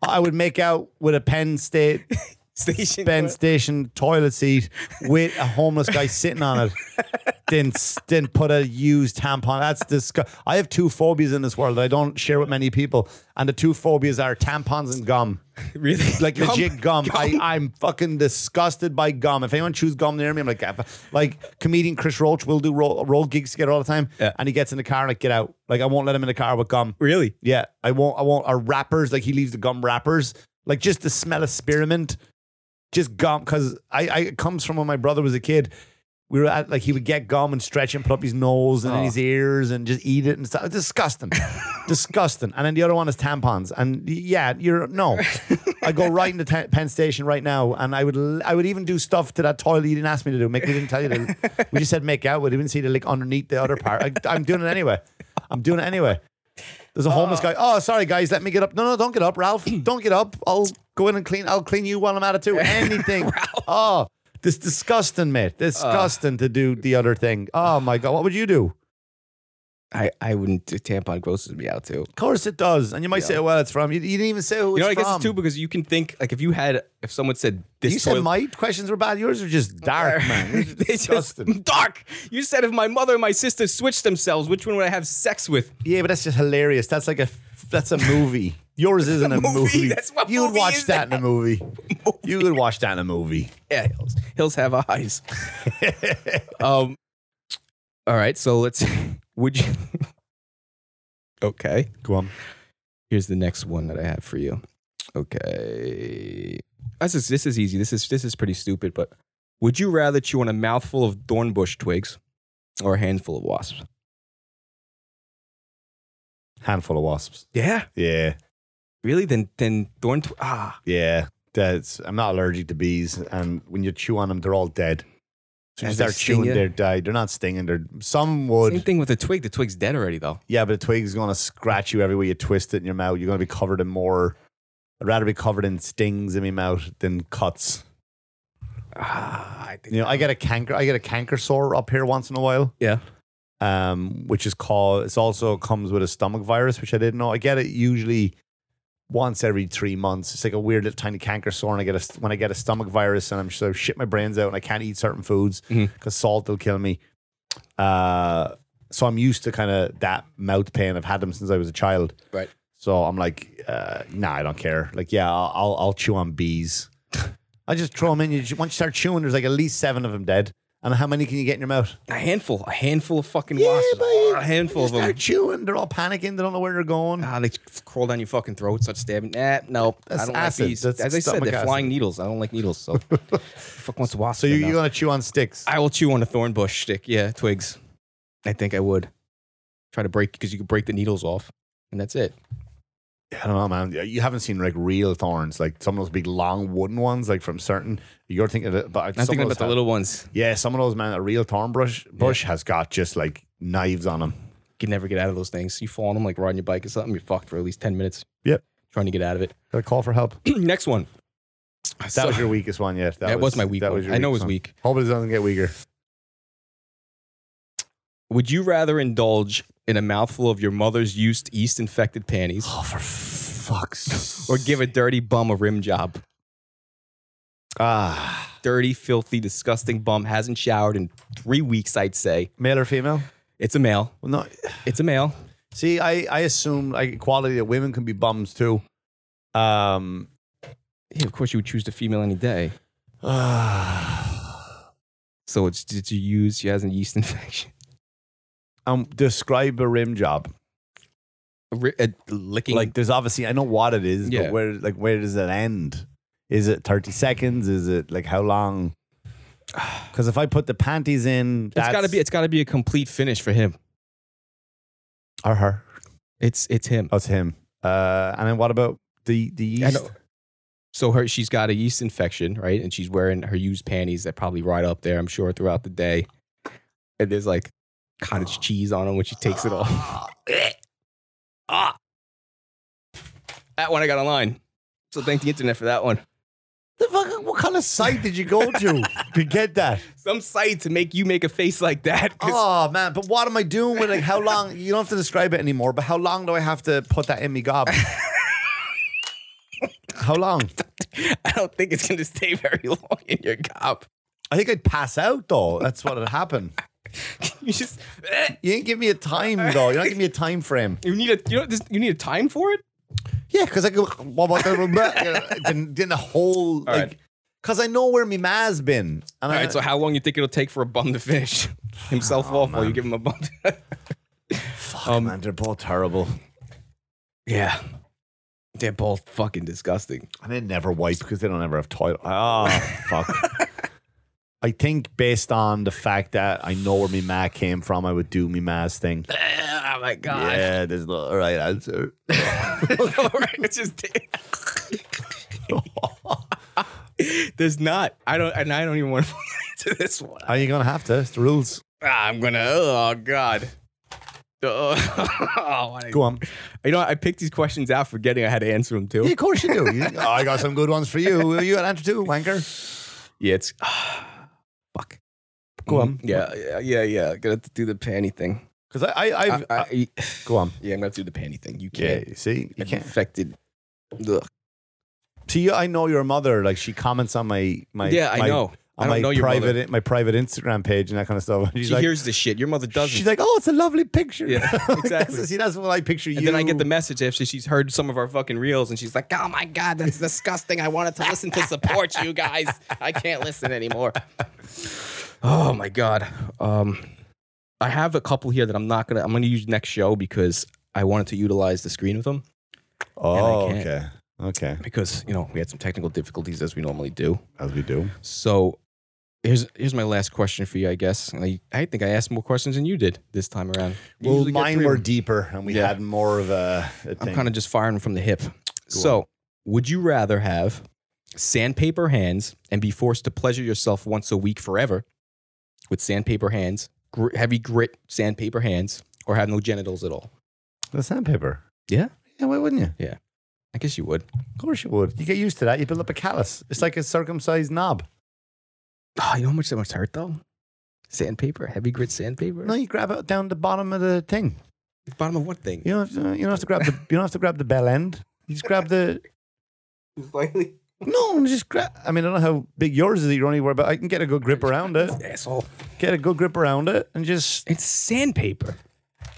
Speaker 2: I would make out with a Penn State
Speaker 3: *laughs* Station
Speaker 2: Penn
Speaker 3: toilet.
Speaker 2: Station toilet seat with a homeless guy sitting on it.
Speaker 3: *laughs*
Speaker 2: Didn't s- didn't put a used tampon. That's disgusting. I have two phobias in this world that I don't share with many people, and the two phobias are tampons and gum.
Speaker 3: really? *laughs*
Speaker 2: Like
Speaker 3: Gum?
Speaker 2: legit gum. I, I'm fucking disgusted by gum. If anyone chews gum near me, I'm like, "Ah, f-" like comedian Chris Roach will do roll, roll gigs together all the time,
Speaker 3: Yeah.
Speaker 2: and he gets in the car and like, get out. Like I won't let him in the car with gum.
Speaker 3: Really?
Speaker 2: Yeah, I won't. I won't. Our wrappers, like he leaves the gum wrappers, like just the smell of spearmint, just gum. Because I, I, it comes from when my brother was a kid. We were at like he would get gum and stretch it and put up his nose and in
Speaker 3: Oh.
Speaker 2: his ears and just eat it and stuff. Disgusting, disgusting. And then the other one is tampons. And y- yeah, you're no. I go right into ta- Penn Station right now, and I would l- I would even do stuff to that toilet you didn't ask me to do. Make we didn't tell you to. We just said make out, but we didn't see the like underneath the other part. I, I'm doing it anyway. I'm doing it anyway. There's a
Speaker 3: Ah.
Speaker 2: homeless guy. Oh, sorry guys, let me get up. No, no, don't get up,
Speaker 3: *clears throat*
Speaker 2: Ralph. Don't get up. I'll go in and clean. I'll clean you while I'm at
Speaker 3: *laughs*
Speaker 2: it too. Anything. oh, this disgusting,
Speaker 3: Ah.
Speaker 2: mate. Disgusting to do the other thing. Oh my god, what would you do?
Speaker 3: I, I wouldn't. Tampon grosses me out too.
Speaker 2: Of course it does. And you might say, well, it's from. You, you didn't even say who
Speaker 3: You know, I
Speaker 2: it's
Speaker 3: guess
Speaker 2: from.
Speaker 3: it's too because you can think like if you had if someone said this
Speaker 2: you
Speaker 3: toilet *laughs*
Speaker 2: said my questions were bad. Yours are just dark, man. Yours are
Speaker 3: It's just
Speaker 2: disgusting.
Speaker 3: *laughs* dark. You said if my mother and my sister switched themselves, which one would I have sex with?
Speaker 2: Yeah, but that's just hilarious. That's like a that's a
Speaker 3: *laughs*
Speaker 2: movie. Yours isn't a movie.
Speaker 3: movie. That's what
Speaker 2: you would
Speaker 3: movie
Speaker 2: watch
Speaker 3: is
Speaker 2: that in a
Speaker 3: *laughs*
Speaker 2: movie. You would watch that in a movie.
Speaker 3: Yeah, hills, hills have eyes. *laughs* um, all right, so let's. *laughs* Would you? okay,
Speaker 2: Go on.
Speaker 3: here's the next one that I have for you. Okay, this is this is easy. This is this is pretty stupid, but would you rather chew on a mouthful of thorn bush twigs or a handful of wasps?
Speaker 2: Handful of wasps.
Speaker 3: Yeah,
Speaker 2: Yeah,
Speaker 3: really? Then then thorn tw- ah
Speaker 2: yeah. That's I'm not allergic to bees, and when you chew on them, they're all dead. Soon as
Speaker 3: As
Speaker 2: they're
Speaker 3: they sting
Speaker 2: chewing
Speaker 3: you.
Speaker 2: their died, they're not stinging. They're some would.
Speaker 3: Same thing with the twig. The twig's dead already, though.
Speaker 2: Yeah, but a twig's gonna scratch you every way you twist it in your mouth. You're gonna be covered in more. I'd rather be covered in stings in my mouth than cuts.
Speaker 3: Ah, I think.
Speaker 2: You know, I get a canker. I get a canker sore up here once in a while.
Speaker 3: Yeah.
Speaker 2: um, which is called. It's also comes with a stomach virus, which I didn't know. I get it usually once every three months. It's like a weird little tiny canker sore, and I get a when I get a stomach virus, and I'm so shit my brains out, and I can't eat certain foods because
Speaker 3: Mhm.
Speaker 2: salt will kill me. Uh, so I'm used to kind of that mouth pain. I've had them since I was a child.
Speaker 3: Right.
Speaker 2: So I'm like, uh, nah, I don't care. Like, yeah, I'll I'll, I'll chew on bees. I just throw them in. You just, once you start chewing, there's like at least seven of them dead. And how many can you get in your mouth?
Speaker 3: A handful. A handful of fucking
Speaker 2: Yeah,
Speaker 3: wasps.
Speaker 2: but
Speaker 3: a handful of
Speaker 2: They're
Speaker 3: them.
Speaker 2: chewing. They're all panicking. They don't know where they're going.
Speaker 3: Ah, they crawl down your fucking throat, start stabbing. Nah, no,
Speaker 2: That's
Speaker 3: I don't
Speaker 2: acid.
Speaker 3: like these.
Speaker 2: That's
Speaker 3: As I said,
Speaker 2: stomach
Speaker 3: they're
Speaker 2: acid.
Speaker 3: flying needles. I don't like
Speaker 2: *laughs*
Speaker 3: needles, so fuck wants wasps.
Speaker 2: so you,
Speaker 3: in their
Speaker 2: you're
Speaker 3: mouth.
Speaker 2: gonna chew on sticks.
Speaker 3: I will chew on a thorn bush stick. Yeah, twigs. I think I would try to break because you could break the needles off, and that's it.
Speaker 2: I don't know, man. You haven't seen like real thorns, like some of those big long wooden ones, like from certain. You're thinking about.
Speaker 3: I'm
Speaker 2: some
Speaker 3: thinking
Speaker 2: of those
Speaker 3: about the
Speaker 2: have-
Speaker 3: little ones.
Speaker 2: Yeah, some of those man. A real thorn brush bush has got just like knives on them.
Speaker 3: You can never get out of those things. You fall on them like riding your bike or something. You're fucked for at least ten minutes.
Speaker 2: Yep.
Speaker 3: Trying to get out of it.
Speaker 2: Got a call for help.
Speaker 3: *clears throat* Next one.
Speaker 2: That was your weakest one yet.
Speaker 3: that was my weak one. I know it was
Speaker 2: one.
Speaker 3: weak.
Speaker 2: Hope it doesn't get weaker.
Speaker 3: Would you rather indulge in a mouthful of your mother's used yeast infected panties
Speaker 2: Oh, for *laughs* fuck's.
Speaker 3: or give a dirty bum a rim job?
Speaker 2: ah
Speaker 3: Dirty, filthy, disgusting bum hasn't showered in three weeks, I'd say.
Speaker 2: male or female?
Speaker 3: It's a male.
Speaker 2: Well, no.
Speaker 3: It's a male.
Speaker 2: See, I I assume like equality that women can be bums too. Um, *sighs*
Speaker 3: Yeah, of course you would choose the female any day.
Speaker 2: um,
Speaker 3: So it's did you use she has an yeast *laughs* infection?
Speaker 2: describe a rim job.
Speaker 3: A ri- a licking
Speaker 2: Like, there's obviously I know what it is,
Speaker 3: Yeah.
Speaker 2: but where like where does it end? Is it 30 seconds? Is it like how long? *sighs* Because if I put the panties in,
Speaker 3: it's
Speaker 2: that's
Speaker 3: got to be it's got to be a complete finish for him.
Speaker 2: or her.
Speaker 3: It's it's him.
Speaker 2: Oh, it's him. Uh, and then what about the the
Speaker 3: I
Speaker 2: yeast?
Speaker 3: know. So her she's got a yeast infection, right? And she's wearing her used panties that probably ride up there, I'm sure, throughout the day. And there's like
Speaker 2: Ah.
Speaker 3: cottage cheese on them when she takes it
Speaker 2: *laughs*
Speaker 3: off. ah. That one I got online. So thank the internet for that one.
Speaker 2: The fuck, what kind of site did you go
Speaker 3: *laughs*
Speaker 2: to to get that?
Speaker 3: Some site to make you make a face like that. 'cause
Speaker 2: Oh man, but what am I doing with like how long? You don't have to describe it anymore, but how long do I have to put that in me
Speaker 3: *laughs*
Speaker 2: gob? how long?
Speaker 3: *laughs* I don't think it's gonna stay very *laughs* long in your gob.
Speaker 2: I think I'd pass out though. That's what would happen.
Speaker 3: You just eh.
Speaker 2: You didn't give me a time though. You're not giving me a time frame.
Speaker 3: you need a you know this, you need a time for it.
Speaker 2: Yeah, because I go blah, blah, blah, blah, blah, then, then the whole
Speaker 3: All right.
Speaker 2: like because I know where my ma's been. And
Speaker 3: All
Speaker 2: I,
Speaker 3: right, so how long you think it'll take for a bum to finish *laughs* himself off while you give him a bum?
Speaker 2: fuck
Speaker 3: um,
Speaker 2: man, they're both terrible.
Speaker 3: yeah, they're both fucking disgusting.
Speaker 2: And they never wipe because they don't ever have toilet. Oh, fuck. *laughs* I think based on the fact that I know where my ma came from, I would do my ma's thing.
Speaker 3: *laughs* Oh my god! *laughs*
Speaker 2: Yeah, there's not the right answer.
Speaker 3: it's just *laughs* there's not. I don't, and I don't even want to *laughs* to this one.
Speaker 2: Are you gonna have to? It's the rules.
Speaker 3: Ah, I'm gonna. Oh god. *laughs* Oh, I-
Speaker 2: Go on.
Speaker 3: You know, I picked these questions out forgetting I had to answer them too. *gasps*
Speaker 2: Yeah, of course you do. You- oh, I got some good ones for you. You an answer too, wanker.
Speaker 3: Yeah, it's *sighs* fuck. Mm-hmm.
Speaker 2: Go on.
Speaker 3: Yeah, yeah, yeah, yeah. Gonna have to do the panty thing.
Speaker 2: Because I, I,
Speaker 3: I,
Speaker 2: I've,
Speaker 3: I,
Speaker 2: go on.
Speaker 3: yeah, I'm gonna do the panty thing. You
Speaker 2: Uh, Yeah,
Speaker 3: can't.
Speaker 2: you see, you
Speaker 3: I'm
Speaker 2: can't.
Speaker 3: Infected. Ugh.
Speaker 2: To you, I know your mother. Like she comments on my, my.
Speaker 3: yeah,
Speaker 2: my-
Speaker 3: I know. I
Speaker 2: On
Speaker 3: don't
Speaker 2: my
Speaker 3: know your
Speaker 2: private,
Speaker 3: mother.
Speaker 2: my private Instagram page and that kind of stuff. *laughs* She's
Speaker 3: She
Speaker 2: like,
Speaker 3: hears this shit. Your mother
Speaker 2: she's
Speaker 3: doesn't.
Speaker 2: like, oh, it's a lovely picture.
Speaker 3: Yeah,
Speaker 2: *laughs* Like,
Speaker 3: exactly.
Speaker 2: that's, see, that's what I picture you.
Speaker 3: And then I get the message after she's heard some of our fucking reels, and she's like, "Oh my god, that's disgusting! I wanted to listen to support you guys. I can't listen anymore." Oh my god. Um, I have a couple here that I'm not gonna. I'm gonna use next show because I wanted to utilize the screen with them
Speaker 2: Oh,
Speaker 3: and I
Speaker 2: okay, okay,
Speaker 3: because you know we had some technical difficulties as we normally do.
Speaker 2: as we do.
Speaker 3: So. Here's, here's my last question for you, I guess. And I, I think I asked more questions than you did this time around. You
Speaker 2: Well,
Speaker 3: usually get
Speaker 2: mine
Speaker 3: three.
Speaker 2: were deeper, and we
Speaker 3: Yeah.
Speaker 2: had more of a, a
Speaker 3: I'm
Speaker 2: thing.
Speaker 3: kind of just firing from the hip. so, would you rather have sandpaper hands and be forced to pleasure yourself once a week forever, with sandpaper hands, gr- heavy grit sandpaper hands, or have no genitals at all?
Speaker 2: The sandpaper.
Speaker 3: Yeah.
Speaker 2: Yeah, why wouldn't you?
Speaker 3: I guess you would.
Speaker 2: Of course you would. You get used to that. You build up a callus. It's like a circumcised knob.
Speaker 3: Oh, you know how much that must hurt though? Sandpaper, heavy grit sandpaper.
Speaker 2: No, you grab it down the bottom of the thing.
Speaker 3: Bottom of what thing?
Speaker 2: You don't have to, you don't have to grab the you don't have to grab the bell end. You just grab the
Speaker 3: *laughs* Finally.
Speaker 2: no. Just grab. I mean, I don't know how big yours is. That you're only worried about. I can get a good grip around it.
Speaker 3: Asshole.
Speaker 2: Get a good grip around it, and just
Speaker 3: It's sandpaper.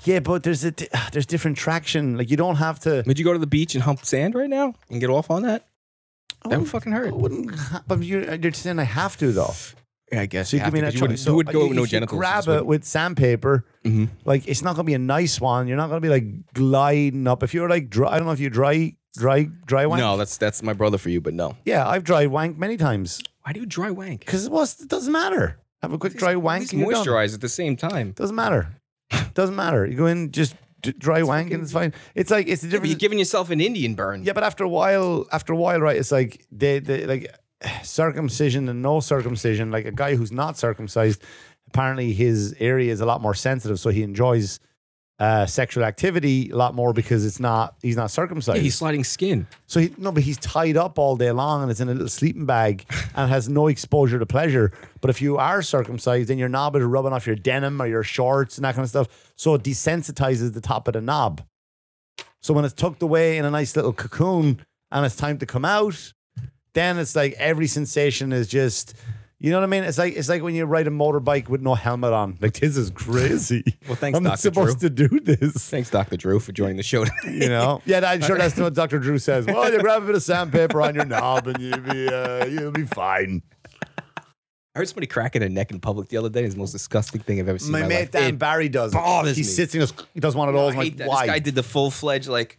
Speaker 2: yeah. But there's a di- there's different traction. Like you don't have to.
Speaker 3: Would you go to the beach and hump sand right now and get off on that? That would fucking
Speaker 2: I
Speaker 3: hurt.
Speaker 2: Oh, wouldn't. ha- But you're, you're saying I have to though.
Speaker 3: Yeah, I guess.
Speaker 2: So you give me that
Speaker 3: you,
Speaker 2: choice.
Speaker 3: wouldn't-
Speaker 2: So
Speaker 3: you would go
Speaker 2: if
Speaker 3: with no
Speaker 2: you
Speaker 3: genitals.
Speaker 2: Grab it with sandpaper.
Speaker 3: hmm
Speaker 2: Like it's not gonna be a nice one. You're not gonna be like gliding up. If you're like dry, I don't know if you dry dry dry wank.
Speaker 3: No, that's that's my brother for you, but no.
Speaker 2: Yeah, I've dry wanked many times.
Speaker 3: Why do you dry wank?
Speaker 2: Because it doesn't matter. Have a quick dry wank.
Speaker 3: At least
Speaker 2: and you're done.
Speaker 3: moisturize at the same time.
Speaker 2: Doesn't matter. Doesn't matter. You go in, just d- dry wank, and it's fine. It's like it's the
Speaker 3: You're
Speaker 2: difference.
Speaker 3: giving yourself an Indian burn.
Speaker 2: Yeah, but after a while, after a while, right? It's like they, they like *sighs* circumcision and no circumcision. Like a guy who's not circumcised, apparently his area is a lot more sensitive, so he enjoys uh, sexual activity a lot more because it's not he's not circumcised.
Speaker 3: Yeah, he's sliding skin.
Speaker 2: So he, no, but he's tied up all day long and it's in a little sleeping bag and has no exposure to pleasure. But if you are circumcised, then your knob is rubbing off your denim or your shorts and that kind of stuff. So it desensitizes the top of the knob. So when it's tucked away in a nice little cocoon and it's time to come out, then it's like every sensation is just, you know what I mean? It's like it's like when you ride a motorbike with no helmet on. Like this is crazy.
Speaker 3: Well, thanks,
Speaker 2: I'm not
Speaker 3: Dr. Drew.
Speaker 2: supposed to do this.
Speaker 3: Thanks, Dr. Drew, for joining the show. *laughs*
Speaker 2: You know, *laughs* yeah, I'm sure that's what Dr. Drew says. Well, you grab a bit of sandpaper on your knob, and you'll be uh, you'll be fine.
Speaker 3: I heard somebody cracking their neck in public the other day. It's the most disgusting thing I've ever seen.
Speaker 2: My,
Speaker 3: in my
Speaker 2: mate
Speaker 3: life.
Speaker 2: Dan
Speaker 3: It-
Speaker 2: Barry does.
Speaker 3: bothers
Speaker 2: it. He
Speaker 3: me.
Speaker 2: sits and goes, he does one of
Speaker 3: I
Speaker 2: those.
Speaker 3: hate
Speaker 2: I'm like,
Speaker 3: that.
Speaker 2: why?
Speaker 3: This guy did the full fledged like.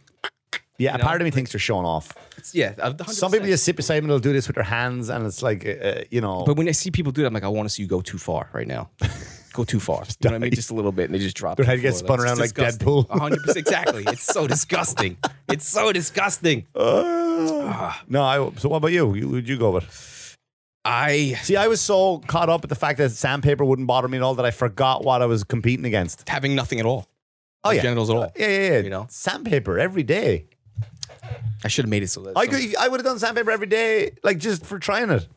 Speaker 2: yeah, a
Speaker 3: know,
Speaker 2: part of me thinks they're showing off.
Speaker 3: it's- Yeah, a hundred
Speaker 2: Some people
Speaker 3: percent.
Speaker 2: just sit beside him and they'll do this with their hands, and it's like, uh, you know,
Speaker 3: But when I see people do that, I'm like, I want to see you go too far right now. Go
Speaker 2: *laughs*
Speaker 3: too far. you know what I mean? Just a little bit, and they just drop.
Speaker 2: Their
Speaker 3: to
Speaker 2: head
Speaker 3: the
Speaker 2: gets
Speaker 3: floor.
Speaker 2: spun
Speaker 3: That's
Speaker 2: around like
Speaker 3: disgusting.
Speaker 2: Deadpool.
Speaker 3: 100% exactly.
Speaker 2: *laughs*
Speaker 3: It's so disgusting. It's so disgusting.
Speaker 2: uh, no. I, so, what about you? you? Would you go with?
Speaker 3: I
Speaker 2: See, I was so caught up with the fact that sandpaper wouldn't bother me at all that I forgot what I was competing against.
Speaker 3: having nothing at all.
Speaker 2: Oh
Speaker 3: No
Speaker 2: yeah,
Speaker 3: genitals at all.
Speaker 2: Yeah, yeah, yeah.
Speaker 3: You know?
Speaker 2: sandpaper every day.
Speaker 3: I should have made it so that
Speaker 2: I
Speaker 3: some-
Speaker 2: could, I would have done sandpaper every day, like just for trying it.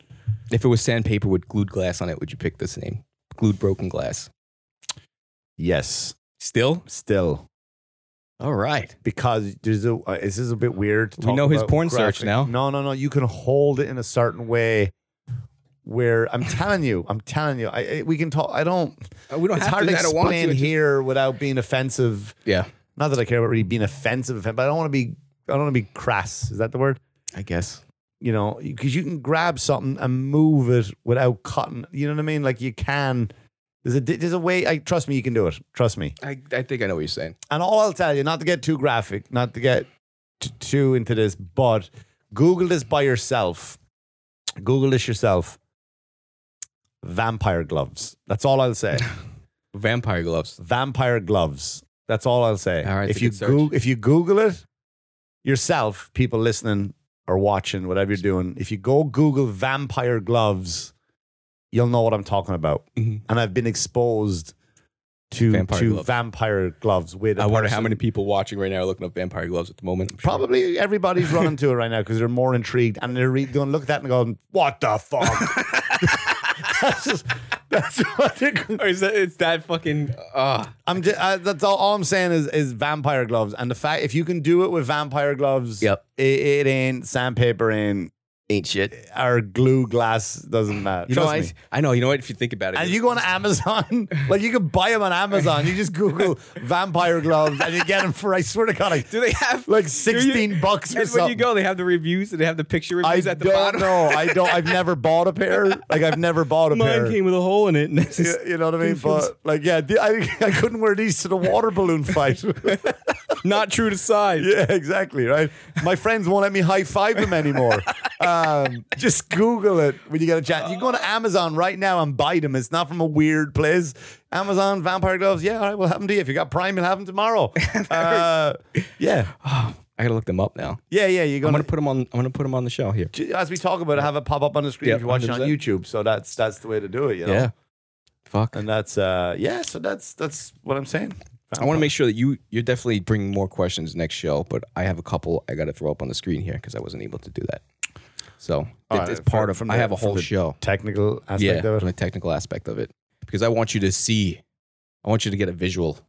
Speaker 3: if it was sandpaper with glued glass on it, would you pick this name? Glued broken glass.
Speaker 2: Yes,
Speaker 3: Still,
Speaker 2: still
Speaker 3: all right.
Speaker 2: because there's a uh, this is a bit weird. to
Speaker 3: We
Speaker 2: talk
Speaker 3: know his
Speaker 2: about
Speaker 3: porn
Speaker 2: graphic.
Speaker 3: search now.
Speaker 2: No, no, no. You can hold it in a certain way. Where I'm telling you, I'm telling you, I, I- we can talk. I don't.
Speaker 3: Uh, We don't
Speaker 2: It's
Speaker 3: have
Speaker 2: hard
Speaker 3: to.
Speaker 2: to
Speaker 3: I don't want to.
Speaker 2: explain
Speaker 3: It just-
Speaker 2: here without being offensive.
Speaker 3: Yeah,
Speaker 2: Not that I care about really being offensive, but I don't want to be. I don't want to be crass. Is that the word?
Speaker 3: I guess.
Speaker 2: you know, because you can grab something and move it without cutting. You know what I mean? Like you can. There's a there's a way. I trust me, you can do it. Trust me.
Speaker 3: I, I think I know what you're saying.
Speaker 2: And all I'll tell you, not to get too graphic, not to get t- too into this, but Google this by yourself. Google this yourself. Vampire gloves. That's all I'll
Speaker 3: *laughs*
Speaker 2: say.
Speaker 3: Vampire gloves.
Speaker 2: Vampire gloves. That's all I'll say.
Speaker 3: All right, it's
Speaker 2: if
Speaker 3: a
Speaker 2: you
Speaker 3: good search.
Speaker 2: Goog- if you Google it yourself, people listening or watching, whatever you're doing, if you go Google vampire gloves, you'll know what I'm talking about.
Speaker 3: Mhm.
Speaker 2: And I've been exposed to
Speaker 3: Vampire
Speaker 2: to
Speaker 3: gloves.
Speaker 2: vampire gloves with. a
Speaker 3: I wonder how
Speaker 2: person.
Speaker 3: many people watching right now are looking up vampire gloves at the moment. I'm sure.
Speaker 2: Probably everybody's running to it right now because they're more intrigued and they're re- going to look at that and going, "What the fuck." *laughs* that's, just, that's what they're going
Speaker 3: *laughs* Or is that it's that fucking? Uh,
Speaker 2: I'm just, uh, that's all, all I'm saying is is vampire gloves and the fact if you can do it with vampire gloves,
Speaker 3: Yep.
Speaker 2: it, it ain't sandpaper ain't
Speaker 3: ain't shit.
Speaker 2: or glue glass doesn't matter.
Speaker 3: You know,
Speaker 2: Trust
Speaker 3: I,
Speaker 2: me.
Speaker 3: I know. You know what? If you think about it,
Speaker 2: And you go on Amazon, *laughs* like you can buy them on Amazon. You just Google vampire gloves and you get them for I swear to God, like,
Speaker 3: *laughs* do they have
Speaker 2: like
Speaker 3: do you-
Speaker 2: sixteen
Speaker 3: *laughs*
Speaker 2: bucks or
Speaker 3: And when you
Speaker 2: something.
Speaker 3: go, they have the reviews and they have the picture
Speaker 2: I
Speaker 3: reviews at the
Speaker 2: don't *laughs*
Speaker 3: bottom.
Speaker 2: know. I don't. I've never bought a pair. Like I've never bought a pair.
Speaker 3: Mine came with a hole in it. And that's
Speaker 2: You,
Speaker 3: just
Speaker 2: you know what I mean? But like, yeah, the- I, *laughs* I couldn't wear these to the water
Speaker 3: *laughs*
Speaker 2: balloon fight.
Speaker 3: not true to size.
Speaker 2: Yeah, exactly. Right. My friends won't let me high five them anymore. um, just Google it when you get a chance. You go to Amazon right now and buy them. It's not from a weird place. Amazon vampire gloves. Yeah, all right. We'll have them to you. If you got Prime, you'll have them
Speaker 3: *laughs*
Speaker 2: tomorrow. Uh, yeah,
Speaker 3: I gotta look them up now.
Speaker 2: yeah, yeah. You're gonna.
Speaker 3: I'm gonna put them on. I'm gonna put them on the show here.
Speaker 2: as we talk about it, have it pop up on the screen
Speaker 3: Yeah,
Speaker 2: if you're watching on
Speaker 3: 100%.
Speaker 2: YouTube. So that's that's the way to do it. You know.
Speaker 3: Yeah. fuck.
Speaker 2: And that's uh yeah, so that's that's what I'm saying.
Speaker 3: I want to make sure that you you're definitely bringing more questions next show, but I have a couple I got to throw up on the screen here because I wasn't able to do that. So it-
Speaker 2: All right,
Speaker 3: it's part
Speaker 2: from-
Speaker 3: of.
Speaker 2: from
Speaker 3: I
Speaker 2: the-
Speaker 3: have a
Speaker 2: from
Speaker 3: whole
Speaker 2: the
Speaker 3: show.
Speaker 2: technical aspect
Speaker 3: Yeah,
Speaker 2: of
Speaker 3: from
Speaker 2: it.
Speaker 3: the technical aspect of it, because I want you to see. I want you to get a visual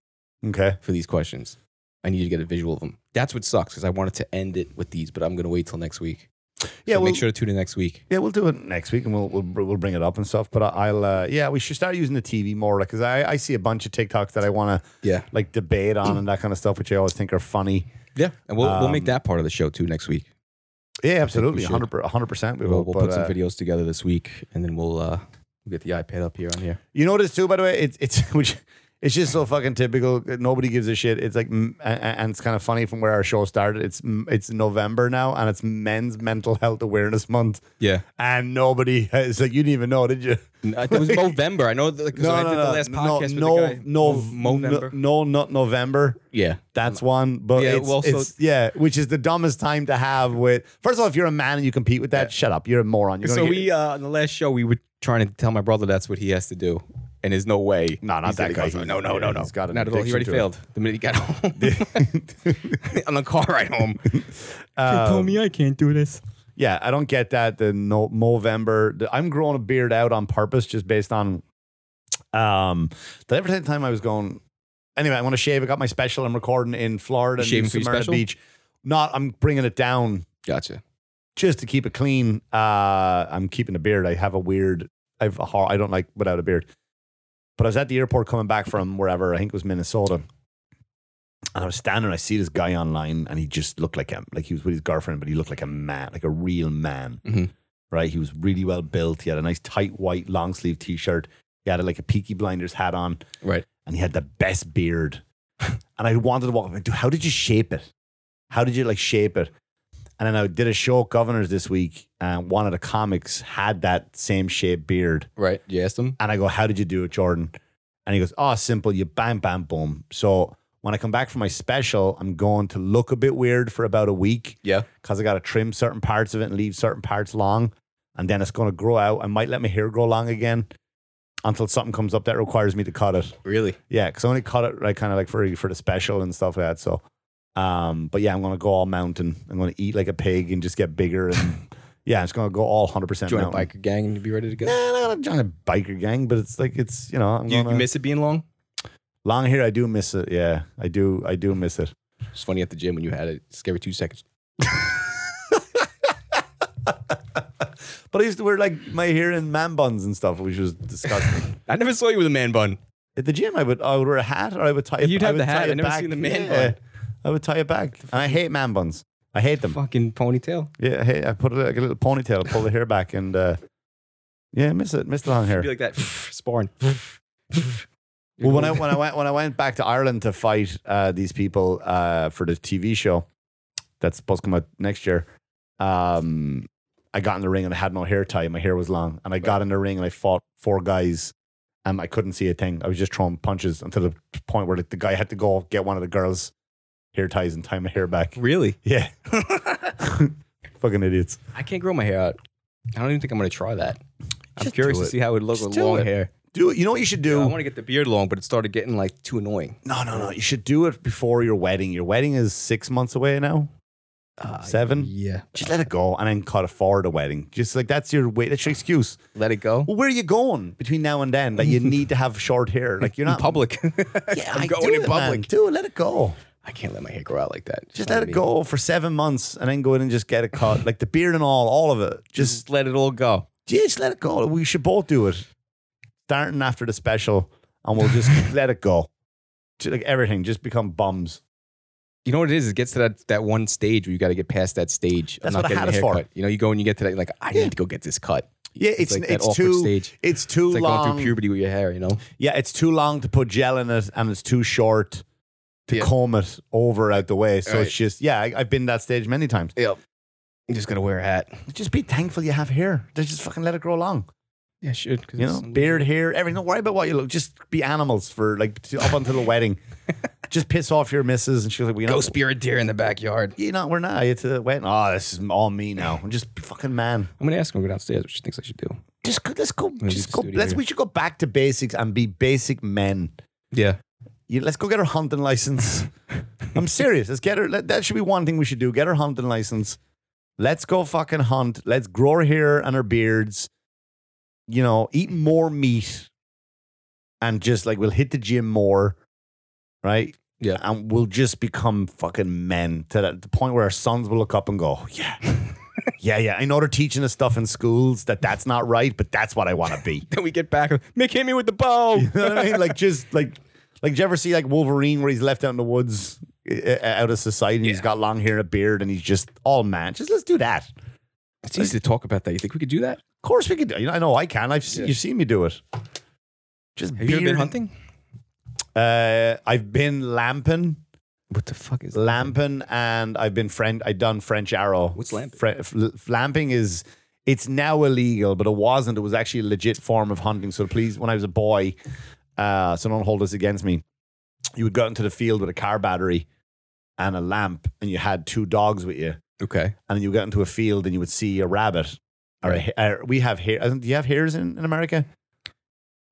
Speaker 2: Okay.
Speaker 3: for these questions. I need you to get a visual of them. That's what sucks because I wanted to end it with these, but I'm gonna wait till next week.
Speaker 2: Yeah,
Speaker 3: so
Speaker 2: well-
Speaker 3: make sure to tune in next week.
Speaker 2: Yeah, we'll do it next week, and we'll we'll, br- we'll bring it up and stuff. But I, I'll uh, yeah, we should start using the TV more because I I see a bunch of TikToks that I want to
Speaker 3: Yeah,
Speaker 2: like debate on and that kind of stuff, which I always think are funny.
Speaker 3: yeah, and we'll we'll make
Speaker 2: Um,
Speaker 3: that part of the show too next week.
Speaker 2: Yeah, absolutely,
Speaker 3: should.
Speaker 2: 100 percent. We
Speaker 3: We'll,
Speaker 2: will.
Speaker 3: we'll
Speaker 2: but,
Speaker 3: put some
Speaker 2: uh,
Speaker 3: videos together this week, and then we'll uh, we'll get the iPad up here on here.
Speaker 2: You notice too, by the way, it's *laughs* it's which it's just so fucking typical. Nobody gives a shit. It's like, mm, a- a- and it's kind of funny from where our show started. It's mm, it's November now, and it's Men's Mental Health Awareness Month,
Speaker 3: Yeah,
Speaker 2: and nobody *laughs* it's like you didn't even know, did you? *laughs*
Speaker 3: it was November. I know, like, 'cause when I did the last podcast with
Speaker 2: no,
Speaker 3: the guy,
Speaker 2: no,
Speaker 3: Mo-
Speaker 2: no,
Speaker 3: Movember.
Speaker 2: no, not November.
Speaker 3: yeah,
Speaker 2: That's one, but
Speaker 3: Yeah,
Speaker 2: it's,
Speaker 3: well, so-
Speaker 2: it's- yeah, which is the dumbest time to have with. First of all, if you're a man and you compete with that, shut up, you're a moron. You're
Speaker 3: So
Speaker 2: gonna get-
Speaker 3: we uh, on the last show we were trying to tell my brother that's what he has to do, and there's no way.
Speaker 2: No, not
Speaker 3: he's
Speaker 2: that
Speaker 3: gonna
Speaker 2: guy.
Speaker 3: go through it. No, no,
Speaker 2: He's-
Speaker 3: no,
Speaker 2: yeah,
Speaker 3: no.
Speaker 2: he's got an
Speaker 3: not at all. He
Speaker 2: addiction
Speaker 3: already
Speaker 2: to it.
Speaker 3: failed the minute
Speaker 2: *laughs*
Speaker 3: he got home *laughs* on the car ride home.
Speaker 2: Um,
Speaker 3: me I can't do this.
Speaker 2: *laughs* Yeah, I don't get that. The no Movember. the- I'm growing a beard out on purpose just based on um that every time I was going anyway, I want to shave. I got my special. I'm recording in Florida,
Speaker 3: You shaving
Speaker 2: New
Speaker 3: for your
Speaker 2: Smyrna
Speaker 3: special?
Speaker 2: Beach. Not I'm bringing it down
Speaker 3: Gotcha.
Speaker 2: just to keep it clean. Uh I'm keeping a beard. I have a weird I've a hor- I don't like without a beard. But I was at the airport coming back from wherever, I think it was Minnesota. And I was standing, I see this guy online, and he just looked like him. Like he was with his girlfriend, but he looked like a man, like a real man.
Speaker 3: Mhm.
Speaker 2: Right? He was really well built. He had a nice tight white long sleeve t shirt. He had like a Peaky Blinders hat on,
Speaker 3: Right.
Speaker 2: and he had the best beard. *laughs* and I wanted to walk up and do, how did you shape it? How did you like shape it? And then I did a show at Governor's this week, and one of the comics had that same shaped beard.
Speaker 3: Right. You asked him.
Speaker 2: And I go, How did you do it, Jordan? And he goes, Oh, simple. You bam, bam, boom. So when I come back from my special, I'm going to look a bit weird for about a week
Speaker 3: Yeah.
Speaker 2: because I got to trim certain parts of it and leave certain parts long. And then it's going to grow out. I might let my hair grow long again until something comes up that requires me to cut it.
Speaker 3: Really.
Speaker 2: Yeah, because I only cut it like kind of like for for the special and stuff like that. So, um, but yeah, I'm gonna go all mountain. I'm gonna eat like a pig and just get bigger.
Speaker 3: *laughs*
Speaker 2: And yeah, I'm just gonna go all 100 percent
Speaker 3: Join
Speaker 2: mountain.
Speaker 3: a biker gang and be ready to
Speaker 2: Nah,
Speaker 3: go.
Speaker 2: I'm not gonna join a biker gang, but it's like it's you know I'm
Speaker 3: You, you
Speaker 2: gonna
Speaker 3: miss it being long?
Speaker 2: long hair. I do miss it. Yeah, I do. I do miss it.
Speaker 3: It's funny at the gym when you had it. It's every two seconds.
Speaker 2: But I used to wear like my hair in man buns and stuff, which was disgusting.
Speaker 3: *laughs* I never saw you with a man bun.
Speaker 2: At the gym, I would I would wear a hat or I would tie. it-
Speaker 3: You'd
Speaker 2: I
Speaker 3: have
Speaker 2: would
Speaker 3: the hat.
Speaker 2: tie it
Speaker 3: I've never
Speaker 2: back.
Speaker 3: seen the man
Speaker 2: Yeah,
Speaker 3: bun.
Speaker 2: I would tie it back, and I hate man buns. I hate them.
Speaker 3: Fucking ponytail.
Speaker 2: Yeah, hey, I put it like a little ponytail, pull the hair back, and uh, yeah, miss it, miss the long hair. *laughs*
Speaker 3: Be like that sparring. *laughs*
Speaker 2: Well, when I when I went when I went back to Ireland to fight uh, these people uh, for the TV show that's supposed to come out next year, um, I got in the ring and I had no hair tie. My hair was long, and I got in the ring and I fought four guys. And I couldn't see a thing. I was just throwing punches until the point where like, the guy had to go get one of the girls' hair ties and tie my hair back.
Speaker 3: really?
Speaker 2: *laughs* Yeah, fucking idiots.
Speaker 3: I can't grow my hair out. I don't even think I'm gonna try that. I'm
Speaker 2: Just
Speaker 3: curious
Speaker 2: do
Speaker 3: to
Speaker 2: it.
Speaker 3: see how it would look
Speaker 2: Just
Speaker 3: with
Speaker 2: do
Speaker 3: long
Speaker 2: it.
Speaker 3: hair.
Speaker 2: Do you know what you should do?
Speaker 3: I want to get the beard long, but it started getting like too annoying.
Speaker 2: No, no, no. You should do it before your wedding. Your wedding is six months away now.
Speaker 3: Uh,
Speaker 2: Seven?
Speaker 3: Yeah.
Speaker 2: Just let it go and then cut it forward a wedding. Just like that's your way. That's your excuse.
Speaker 3: Let it go.
Speaker 2: Well, where are you going between now and then that
Speaker 3: *laughs*
Speaker 2: you need to have short hair? Like you're
Speaker 3: In
Speaker 2: not
Speaker 3: public.
Speaker 2: *laughs* Yeah,
Speaker 3: *laughs* I'm
Speaker 2: I
Speaker 3: going
Speaker 2: do
Speaker 3: in
Speaker 2: it, man.
Speaker 3: public.
Speaker 2: Do it. Let it go.
Speaker 3: I can't let my hair grow out like that.
Speaker 2: Just
Speaker 3: not
Speaker 2: let it
Speaker 3: me.
Speaker 2: go for seven months and then go in and just get it cut. Like the beard and all, all of it. Just,
Speaker 3: Just let it all go.
Speaker 2: just let it go. We should both do it. Starting after the special, and we'll just
Speaker 3: *laughs*
Speaker 2: let it go. Just, like everything, just become bums.
Speaker 3: You know what it is? It gets to that, that one stage where you got to get past that stage.
Speaker 2: That's
Speaker 3: I'm
Speaker 2: what
Speaker 3: not
Speaker 2: a
Speaker 3: getting
Speaker 2: hat
Speaker 3: a
Speaker 2: is for.
Speaker 3: haircut. You know, you go and you get to that, like, I
Speaker 2: Yeah.
Speaker 3: need to go get this cut.
Speaker 2: Yeah, it's it's,
Speaker 3: like that awkward
Speaker 2: too
Speaker 3: stage.
Speaker 2: it's too
Speaker 3: It's like
Speaker 2: long.
Speaker 3: going through puberty with your hair, you know?
Speaker 2: Yeah, it's too long to put gel in it, and it's too short to
Speaker 3: Yeah.
Speaker 2: comb it over out the way. So
Speaker 3: Right.
Speaker 2: it's just yeah, I, I've been that stage many times.
Speaker 3: Yep. You just got to wear a hat.
Speaker 2: Just be thankful you have hair. Just just fucking let it grow long.
Speaker 3: Yeah, should.
Speaker 2: You know, beard, hair, everything. Don't worry about what you look. Just be animals for like to- up
Speaker 3: *laughs*
Speaker 2: until the wedding. Just piss off your missus, and she's like, "We well, you know,
Speaker 3: Go spear a deer in the backyard.
Speaker 2: you know, we're "Ah,
Speaker 3: *laughs*
Speaker 2: not. It's a wedding. Oh, this is all me now. I'm just fucking man.
Speaker 3: I'm going to ask him to go downstairs what she thinks I should do.
Speaker 2: Just go, let's go.
Speaker 3: do
Speaker 2: Just
Speaker 3: the
Speaker 2: go.
Speaker 3: studio
Speaker 2: Let's.
Speaker 3: here.
Speaker 2: We should go back to basics and be basic men.
Speaker 3: Yeah.
Speaker 2: You, let's go get her hunting license. I'm serious. Let's get her. Let, that should be one thing we should do. Get her hunting license. Let's go fucking hunt. Let's grow her hair and her beards. You know, eat more meat, and just like we'll hit the gym more, right?
Speaker 3: Yeah.
Speaker 2: and we'll just become fucking men to that, the point where our sons will look up and go, yeah. Yeah, yeah. I know they're teaching us stuff in schools that that's not right, but that's what I want to be.
Speaker 3: *laughs* Then we get back. Mick hit me with the
Speaker 2: *laughs*
Speaker 3: bow.
Speaker 2: You know what I mean? Like
Speaker 3: *laughs*
Speaker 2: just like like did you ever see like Wolverine where he's left out in the woods uh, out of society and he's
Speaker 3: Yeah.
Speaker 2: got long hair and a beard and he's just all man. Just let's do that. Of
Speaker 3: *laughs* It's easy to talk about that. You think we could do that?
Speaker 2: course we could do you know, I know I can. I've seen,
Speaker 3: Yeah.
Speaker 2: you've seen me do it. Just
Speaker 3: Have you ever been
Speaker 2: beard-
Speaker 3: hunting?
Speaker 2: Uh I've been lamping.
Speaker 3: What the fuck is
Speaker 2: Lamping and I've been friend. I done French arrow.
Speaker 3: What's lamping?
Speaker 2: Fre- f- lamping is it's now illegal, but it wasn't. It was actually a legit form of hunting. So please, when I was a boy, uh, so don't hold this against me. You would go out into the field with a car battery and a lamp, and you had two dogs with you,
Speaker 3: Okay.
Speaker 2: and you got into a field and you would see a rabbit. Or a, or we have hair. I think- Do you have hairs in, in America?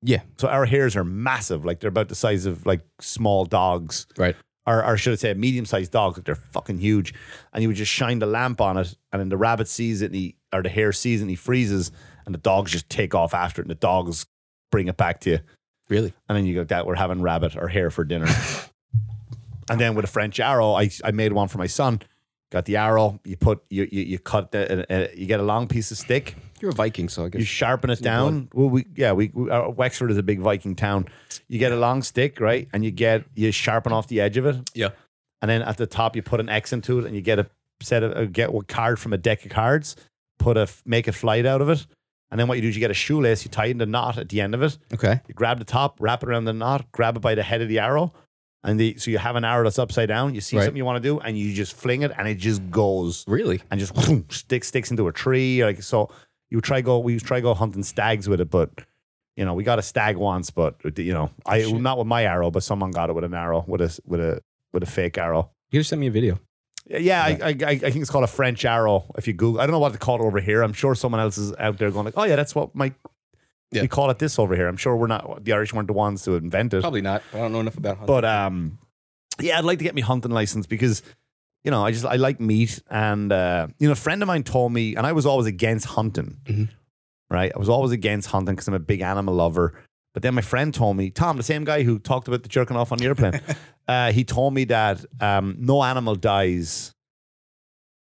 Speaker 3: Yeah.
Speaker 2: So our hairs are massive. Like they're about the size of like small dogs.
Speaker 3: Right.
Speaker 2: Or, or should I say a medium sized dog. Like they're fucking huge. And you would just shine the lamp on it. And then the rabbit sees it and he, or the hare sees it and he freezes. And the dogs just take off after it. And the dogs bring it back to you.
Speaker 3: Really?
Speaker 2: And then you go, that we're having rabbit or hare for dinner. and then with a French arrow, I, I made one for my son. Got the arrow. You put, you, you, you cut, the, uh, uh, you get a long piece of stick.
Speaker 3: You're a Viking, so I guess.
Speaker 2: You sharpen it
Speaker 3: in the blood.
Speaker 2: down. Well, we yeah, we, we uh, Wexford is a big Viking town. You get a long stick, right, and you get you sharpen off the edge of it,
Speaker 3: yeah.
Speaker 2: and then at the top you put an X into it, and you get a set of uh, get a card from a deck of cards. Put a f- make a flight out of it, and then what you do is you get a shoelace, you tighten the knot at the end of it,
Speaker 3: Okay.
Speaker 2: you grab the top, wrap it around the knot, grab it by the head of the arrow, and the so you have an arrow that's upside down. You see
Speaker 3: Right.
Speaker 2: something you want to do, and you just fling it, and it just goes
Speaker 3: Really?
Speaker 2: and just stick sticks into a tree. Like so, you would try go we would try go hunting stags with it, but you know we got a stag once, but you know I
Speaker 3: Shit.
Speaker 2: not with my arrow, but someone got it with an arrow with a with a with a fake arrow.
Speaker 3: You just sent me a video.
Speaker 2: Yeah, I, I, I I think it's called a French arrow. If you Google, I don't know what to call it over here. I'm sure someone else is out there going like, oh yeah, that's what my
Speaker 3: Yeah.
Speaker 2: we call it this over here. I'm sure we're not the Irish weren't the ones to invent it.
Speaker 3: Probably not. I don't know enough about hunting.
Speaker 2: But um, yeah, I'd like to get me hunting license because you know I just I like meat, and uh, you know a friend of mine told me, and I was always against hunting,
Speaker 3: Mhm.
Speaker 2: right? I was always against hunting because I'm a big animal lover. But then my friend told me, Tom, the same guy who talked about the jerking off on the airplane, uh, he told me that um, no animal dies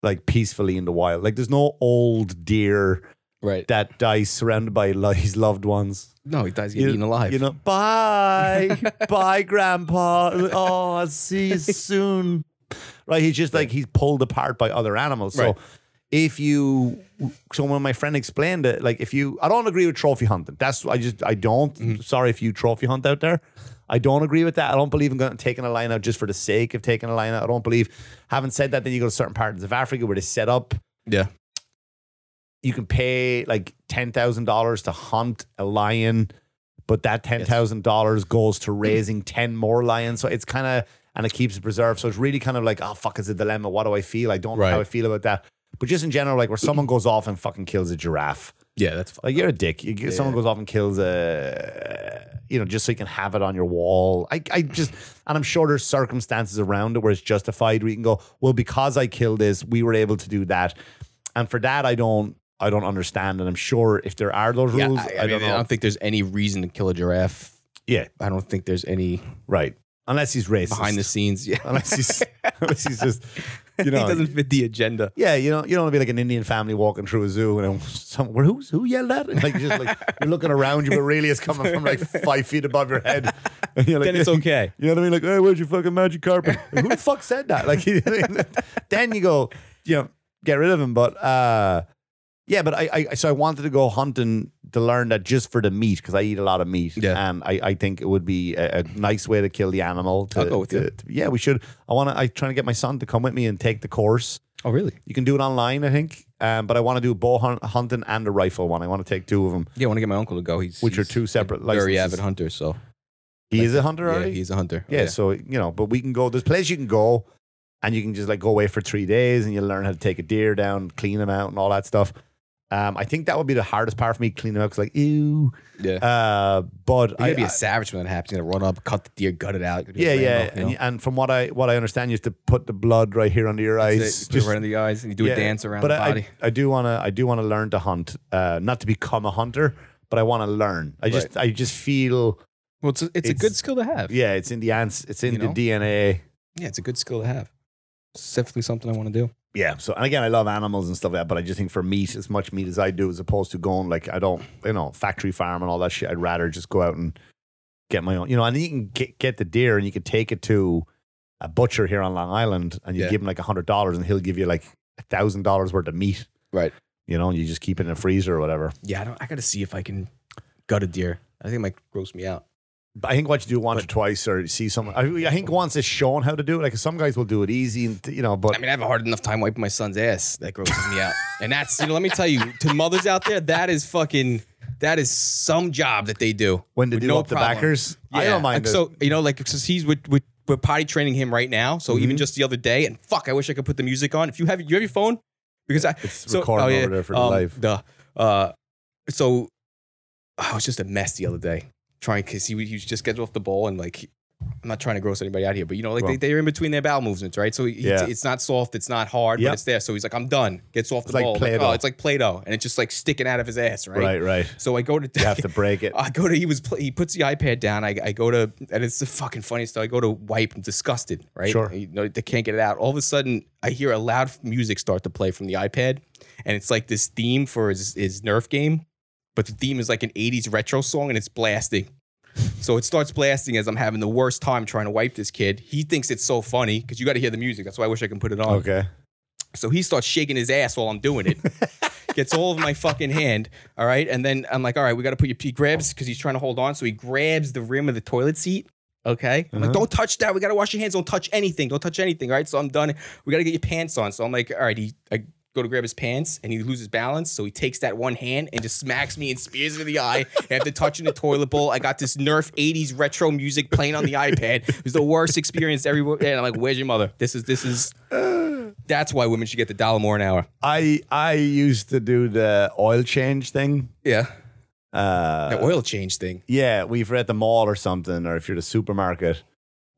Speaker 2: like peacefully in the wild. Like there's no old deer
Speaker 3: right.
Speaker 2: that dies surrounded by lo- his loved ones.
Speaker 3: no, he dies getting
Speaker 2: You-
Speaker 3: eaten alive.
Speaker 2: You know,
Speaker 3: *laughs*
Speaker 2: bye, bye, grandpa. Oh, I'll see you soon. Right? He's just like he's pulled apart by other animals.
Speaker 3: Right.
Speaker 2: So if you, so when my friend explained it, like if you, I don't agree with trophy hunting. That's I just I don't.
Speaker 3: Mm-hmm.
Speaker 2: Sorry if you trophy hunt out there. I don't agree with that. I don't believe in going, taking a line out just for the sake of taking a line out. I don't believe. Having said that, then you go to certain parts of Africa where they set up
Speaker 3: yeah.
Speaker 2: you can pay like ten thousand dollars to hunt a lion, but that ten thousand dollars goes to raising ten more lions. So it's kind of and it keeps it preserved. So it's really kind of like, oh fuck, it's a dilemma. What do I feel? I don't know how
Speaker 3: Right.
Speaker 2: I feel about that. But just in general, like where someone goes off and fucking kills a giraffe,
Speaker 3: Yeah, that's fine.
Speaker 2: like you're a dick. You, Someone goes off and kills a, you know, just so you can have it on your wall. I, I just, and I'm sure there's circumstances around it where it's justified. Where you can go, well, because I killed this, we were able to do that, and for that, I don't, I don't understand. And I'm sure if there are those
Speaker 3: Yeah,
Speaker 2: rules,
Speaker 3: I,
Speaker 2: I,
Speaker 3: I mean,
Speaker 2: don't know.
Speaker 3: I don't think there's any reason to kill a giraffe.
Speaker 2: yeah,
Speaker 3: I don't think there's any
Speaker 2: right. Unless he's racist.
Speaker 3: behind the scenes. *laughs* Yeah.
Speaker 2: *laughs* Unless he's, unless he's just,
Speaker 3: *laughs*
Speaker 2: you know.
Speaker 3: he doesn't fit the agenda.
Speaker 2: yeah, you know, you don't want to be like an Indian family walking through a zoo and then some, where who's who yelled at? And like you're just like you're looking around you, but really it's coming from like five feet above your head. *laughs* And you're like,
Speaker 3: *laughs* Then it's okay.
Speaker 2: You know what I mean? Like, hey, where's your fucking magic carpet?
Speaker 3: *laughs*
Speaker 2: Like, who the fuck said that? Like, *laughs* you know what I mean? then you go, you know, get rid of him. But uh, yeah, but I, I, so I wanted to go hunting to learn that just for the meat because I eat a lot of meat,
Speaker 3: Yeah.
Speaker 2: and I, I think it would be a, a nice way to kill the animal. To,
Speaker 3: I'll go with you.
Speaker 2: to- to- yeah, we should. I want to. I'm trying to get my son to come with me and take the course.
Speaker 3: Oh, really?
Speaker 2: You can do it online, I think. Um, but I want to do a bow hun- hunting and a rifle one. I want to take two of them,
Speaker 3: Yeah, I want to get my uncle to go. He's
Speaker 2: which are
Speaker 3: he's
Speaker 2: two separate
Speaker 3: very
Speaker 2: licenses.
Speaker 3: avid hunter, so
Speaker 2: He is a hunter
Speaker 3: yeah,
Speaker 2: already.
Speaker 3: he's a hunter. Oh,
Speaker 2: yeah, so you know, but we can go. There's places you can go, and you can just like go away for three days, and you learn how to take a deer down, clean them out, and all that stuff. Um, I think that would be the hardest part for me cleaning up because like ew.
Speaker 3: Yeah.
Speaker 2: Uh, but
Speaker 3: You're
Speaker 2: I,
Speaker 3: gonna be a savage when that happens. You're gonna run up, cut the deer, gut it out. You're gonna be
Speaker 2: yeah,
Speaker 3: a
Speaker 2: yeah.
Speaker 3: Rambo, you
Speaker 2: and,
Speaker 3: know?
Speaker 2: y- and from what I what I understand, you have to put the blood right here under your eyes.
Speaker 3: That's it. You put it right in the eyes, and you do a dance around
Speaker 2: but
Speaker 3: the
Speaker 2: I,
Speaker 3: body.
Speaker 2: I, I do want to. I do want to learn to hunt. Uh, not to become a hunter, but I want to learn. I just. I just feel.
Speaker 3: well, it's a, it's, a
Speaker 2: it's-
Speaker 3: good skill to have.
Speaker 2: Yeah, it's in the ans. It's in
Speaker 3: You know?
Speaker 2: the DNA.
Speaker 3: yeah, it's a good skill to have. It's definitely something I want to do.
Speaker 2: Yeah. So, and again, I love animals and stuff like that, but I just think for meat, as much meat as I do, as opposed to going like I don't, you know, factory farm and all that shit. I'd rather just go out and get my own, you know. And you can get, get the deer and you can take it to a butcher here on Long Island, and you
Speaker 3: Yeah.
Speaker 2: give him like a hundred dollars, and he'll give you like a thousand dollars worth of meat.
Speaker 3: Right.
Speaker 2: You know, and you just keep it in a freezer or whatever.
Speaker 3: Yeah, I don't. I gotta see if I can gut a deer. I think it might gross me out.
Speaker 2: But I think what you do once or twice or see someone. I, I think once is shown how to do it. Like some guys will do it easy, and you know, but
Speaker 3: I mean, I have a hard enough time wiping my son's ass. That grosses me out. And that's you know, let me tell you, to mothers out there, that is fucking. That is some job that they do.
Speaker 2: when they
Speaker 3: with
Speaker 2: do
Speaker 3: no
Speaker 2: up the
Speaker 3: problem.
Speaker 2: backers, I
Speaker 3: Yeah.
Speaker 2: don't mind.
Speaker 3: Like,
Speaker 2: it.
Speaker 3: so you know, like since he's with, with we're potty training him right now. So
Speaker 2: Mm-hmm.
Speaker 3: even just the other day, and fuck, I wish I could put the music on. If you have you have your phone, because I
Speaker 2: It's
Speaker 3: so, oh, um,
Speaker 2: recording over there for the live.
Speaker 3: The uh, so I was just a mess the other day trying because he he was just getting off the ball and like. I'm not trying to gross anybody out here, but you know, like they,
Speaker 2: Well.
Speaker 3: they're in between their bowel movements, right? So he,
Speaker 2: Yeah.
Speaker 3: it's not soft, it's not hard,
Speaker 2: Yep.
Speaker 3: but it's there. So he's like, I'm done. Gets off the
Speaker 2: It's like
Speaker 3: ball.
Speaker 2: Play-Doh.
Speaker 3: oh, it's like Play-Doh, and it's just like sticking out of his ass, um, right? Uh-huh.
Speaker 2: right, right.
Speaker 3: So I go to *laughs*
Speaker 2: You have to break it.
Speaker 3: I go to he was pl- he puts the iPad down. I, I go to and it's the fucking funniest stuff. I go to wipe and disgusted, right?
Speaker 2: Sure.
Speaker 3: You know, they can't get it out. All of a sudden, I hear a loud f- music start to play from the iPad, and it's like this theme for his his Nerf game, but the theme is like an '80s retro song, and it's blasting. So it starts blasting as I'm having the worst time trying to wipe this kid. He thinks it's so funny because you got to hear the music. That's why I wish I can put it on.
Speaker 2: Okay.
Speaker 3: So he starts shaking his ass while I'm doing it. Gets all of my fucking hand. All right. And then I'm like, all right, we got to put your pee grabs because he's trying to hold on. So he grabs the rim of the toilet seat. Okay. I'm like,
Speaker 2: Uh-huh.
Speaker 3: don't touch that. We got to wash your hands. Don't touch anything. Don't touch anything. All right. So I'm done. We got to get your pants on. So I'm like, all right. He, I go to grab his pants and he loses balance. So he takes that one hand and just smacks me and spears me in the eye. After touching the toilet bowl, I got this Nerf 80s retro music playing on the iPad. It was the worst experience everywhere. And I'm like, where's your mother? This is, this is, that's why women should get the dollar more an hour.
Speaker 2: I I used to do the oil change thing.
Speaker 3: Yeah.
Speaker 2: Uh,
Speaker 3: the oil change thing.
Speaker 2: yeah, we've read the mall or something, or if you're the supermarket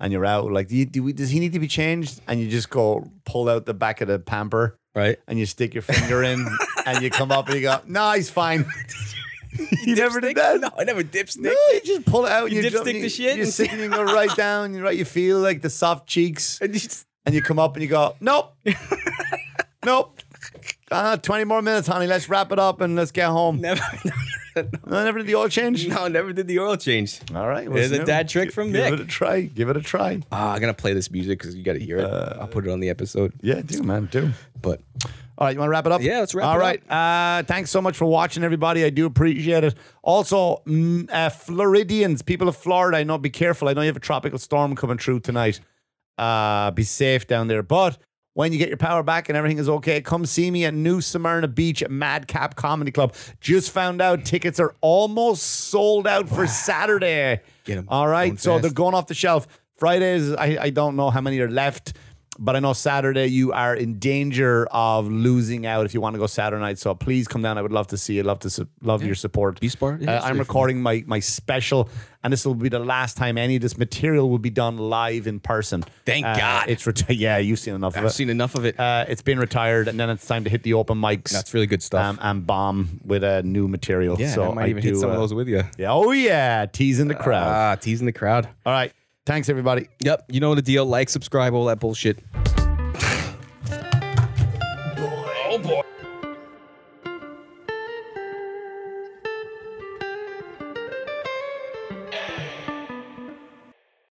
Speaker 2: and you're out, like, do you, do we, does he need to be changed? And you just go pull out the back of the pamper
Speaker 3: Right.
Speaker 2: and you stick your finger
Speaker 3: *laughs*
Speaker 2: in and you come up and you go, no, he's fine. *laughs* you never did that?
Speaker 3: No, I never dipstick.
Speaker 2: No, you just pull it out. and
Speaker 3: You
Speaker 2: jump-
Speaker 3: dipstick the shit
Speaker 2: You
Speaker 3: and-
Speaker 2: sit and you go
Speaker 3: *laughs*
Speaker 2: right down. You right, you feel like the soft cheeks,
Speaker 3: And you just-
Speaker 2: and you come up and you go,
Speaker 3: *laughs*
Speaker 2: nope, nope. Uh, Twenty more minutes, honey. Let's wrap it up and let's get home.
Speaker 3: Never, *laughs*
Speaker 2: No, never did the oil change.
Speaker 3: no, never did the oil change.
Speaker 2: All right, well,
Speaker 3: There's
Speaker 2: it's
Speaker 3: a
Speaker 2: new.
Speaker 3: dad trick from
Speaker 2: Give
Speaker 3: Nick.
Speaker 2: it a try. Give it a try.
Speaker 3: Ah, I'm gonna play this music because you gotta hear it.
Speaker 2: Uh,
Speaker 3: I'll put it on the episode.
Speaker 2: Yeah, do man, do.
Speaker 3: But
Speaker 2: All right, you want to wrap it up?
Speaker 3: Yeah, let's wrap
Speaker 2: All
Speaker 3: it
Speaker 2: right. Uh, thanks so much for watching, everybody. I do appreciate it. Also, mm, uh, Floridians, people of Florida, I know be careful. I know you have a tropical storm coming through tonight. Uh, be safe down there. But when you get your power back and everything is okay, come see me at New Smyrna Beach at Madcap Comedy Club. Just found out tickets are almost sold out for Saturday.
Speaker 3: Get 'em.
Speaker 2: All right,
Speaker 3: Going
Speaker 2: so
Speaker 3: fast.
Speaker 2: they're going off the shelf. Fridays, I, I don't know how many are left, but I know Saturday you are in danger of losing out if you want to go Saturday night. So please come down. I would love to see you. Love to su- love your support.
Speaker 3: Be smart.
Speaker 2: Uh,
Speaker 3: Yeah,
Speaker 2: I'm
Speaker 3: sure.
Speaker 2: recording my my special, and this will be the last time any of this material will be done live in person.
Speaker 3: Thank
Speaker 2: Uh,
Speaker 3: God.
Speaker 2: It's reti- *laughs* yeah, you've seen enough of
Speaker 3: I've
Speaker 2: it.
Speaker 3: seen enough of it.
Speaker 2: uh, it's been retired, and then it's time to hit the open mics.
Speaker 3: That's really good stuff.
Speaker 2: Um, and bomb with a uh, new material.
Speaker 3: yeah,
Speaker 2: so
Speaker 3: I might even
Speaker 2: do,
Speaker 3: hit some
Speaker 2: uh,
Speaker 3: of those with you.
Speaker 2: Yeah, oh yeah, teasing the crowd.
Speaker 3: Ah, teasing the crowd.
Speaker 2: All right, thanks everybody.
Speaker 3: Yep, you know the deal. Like, subscribe, all that bullshit.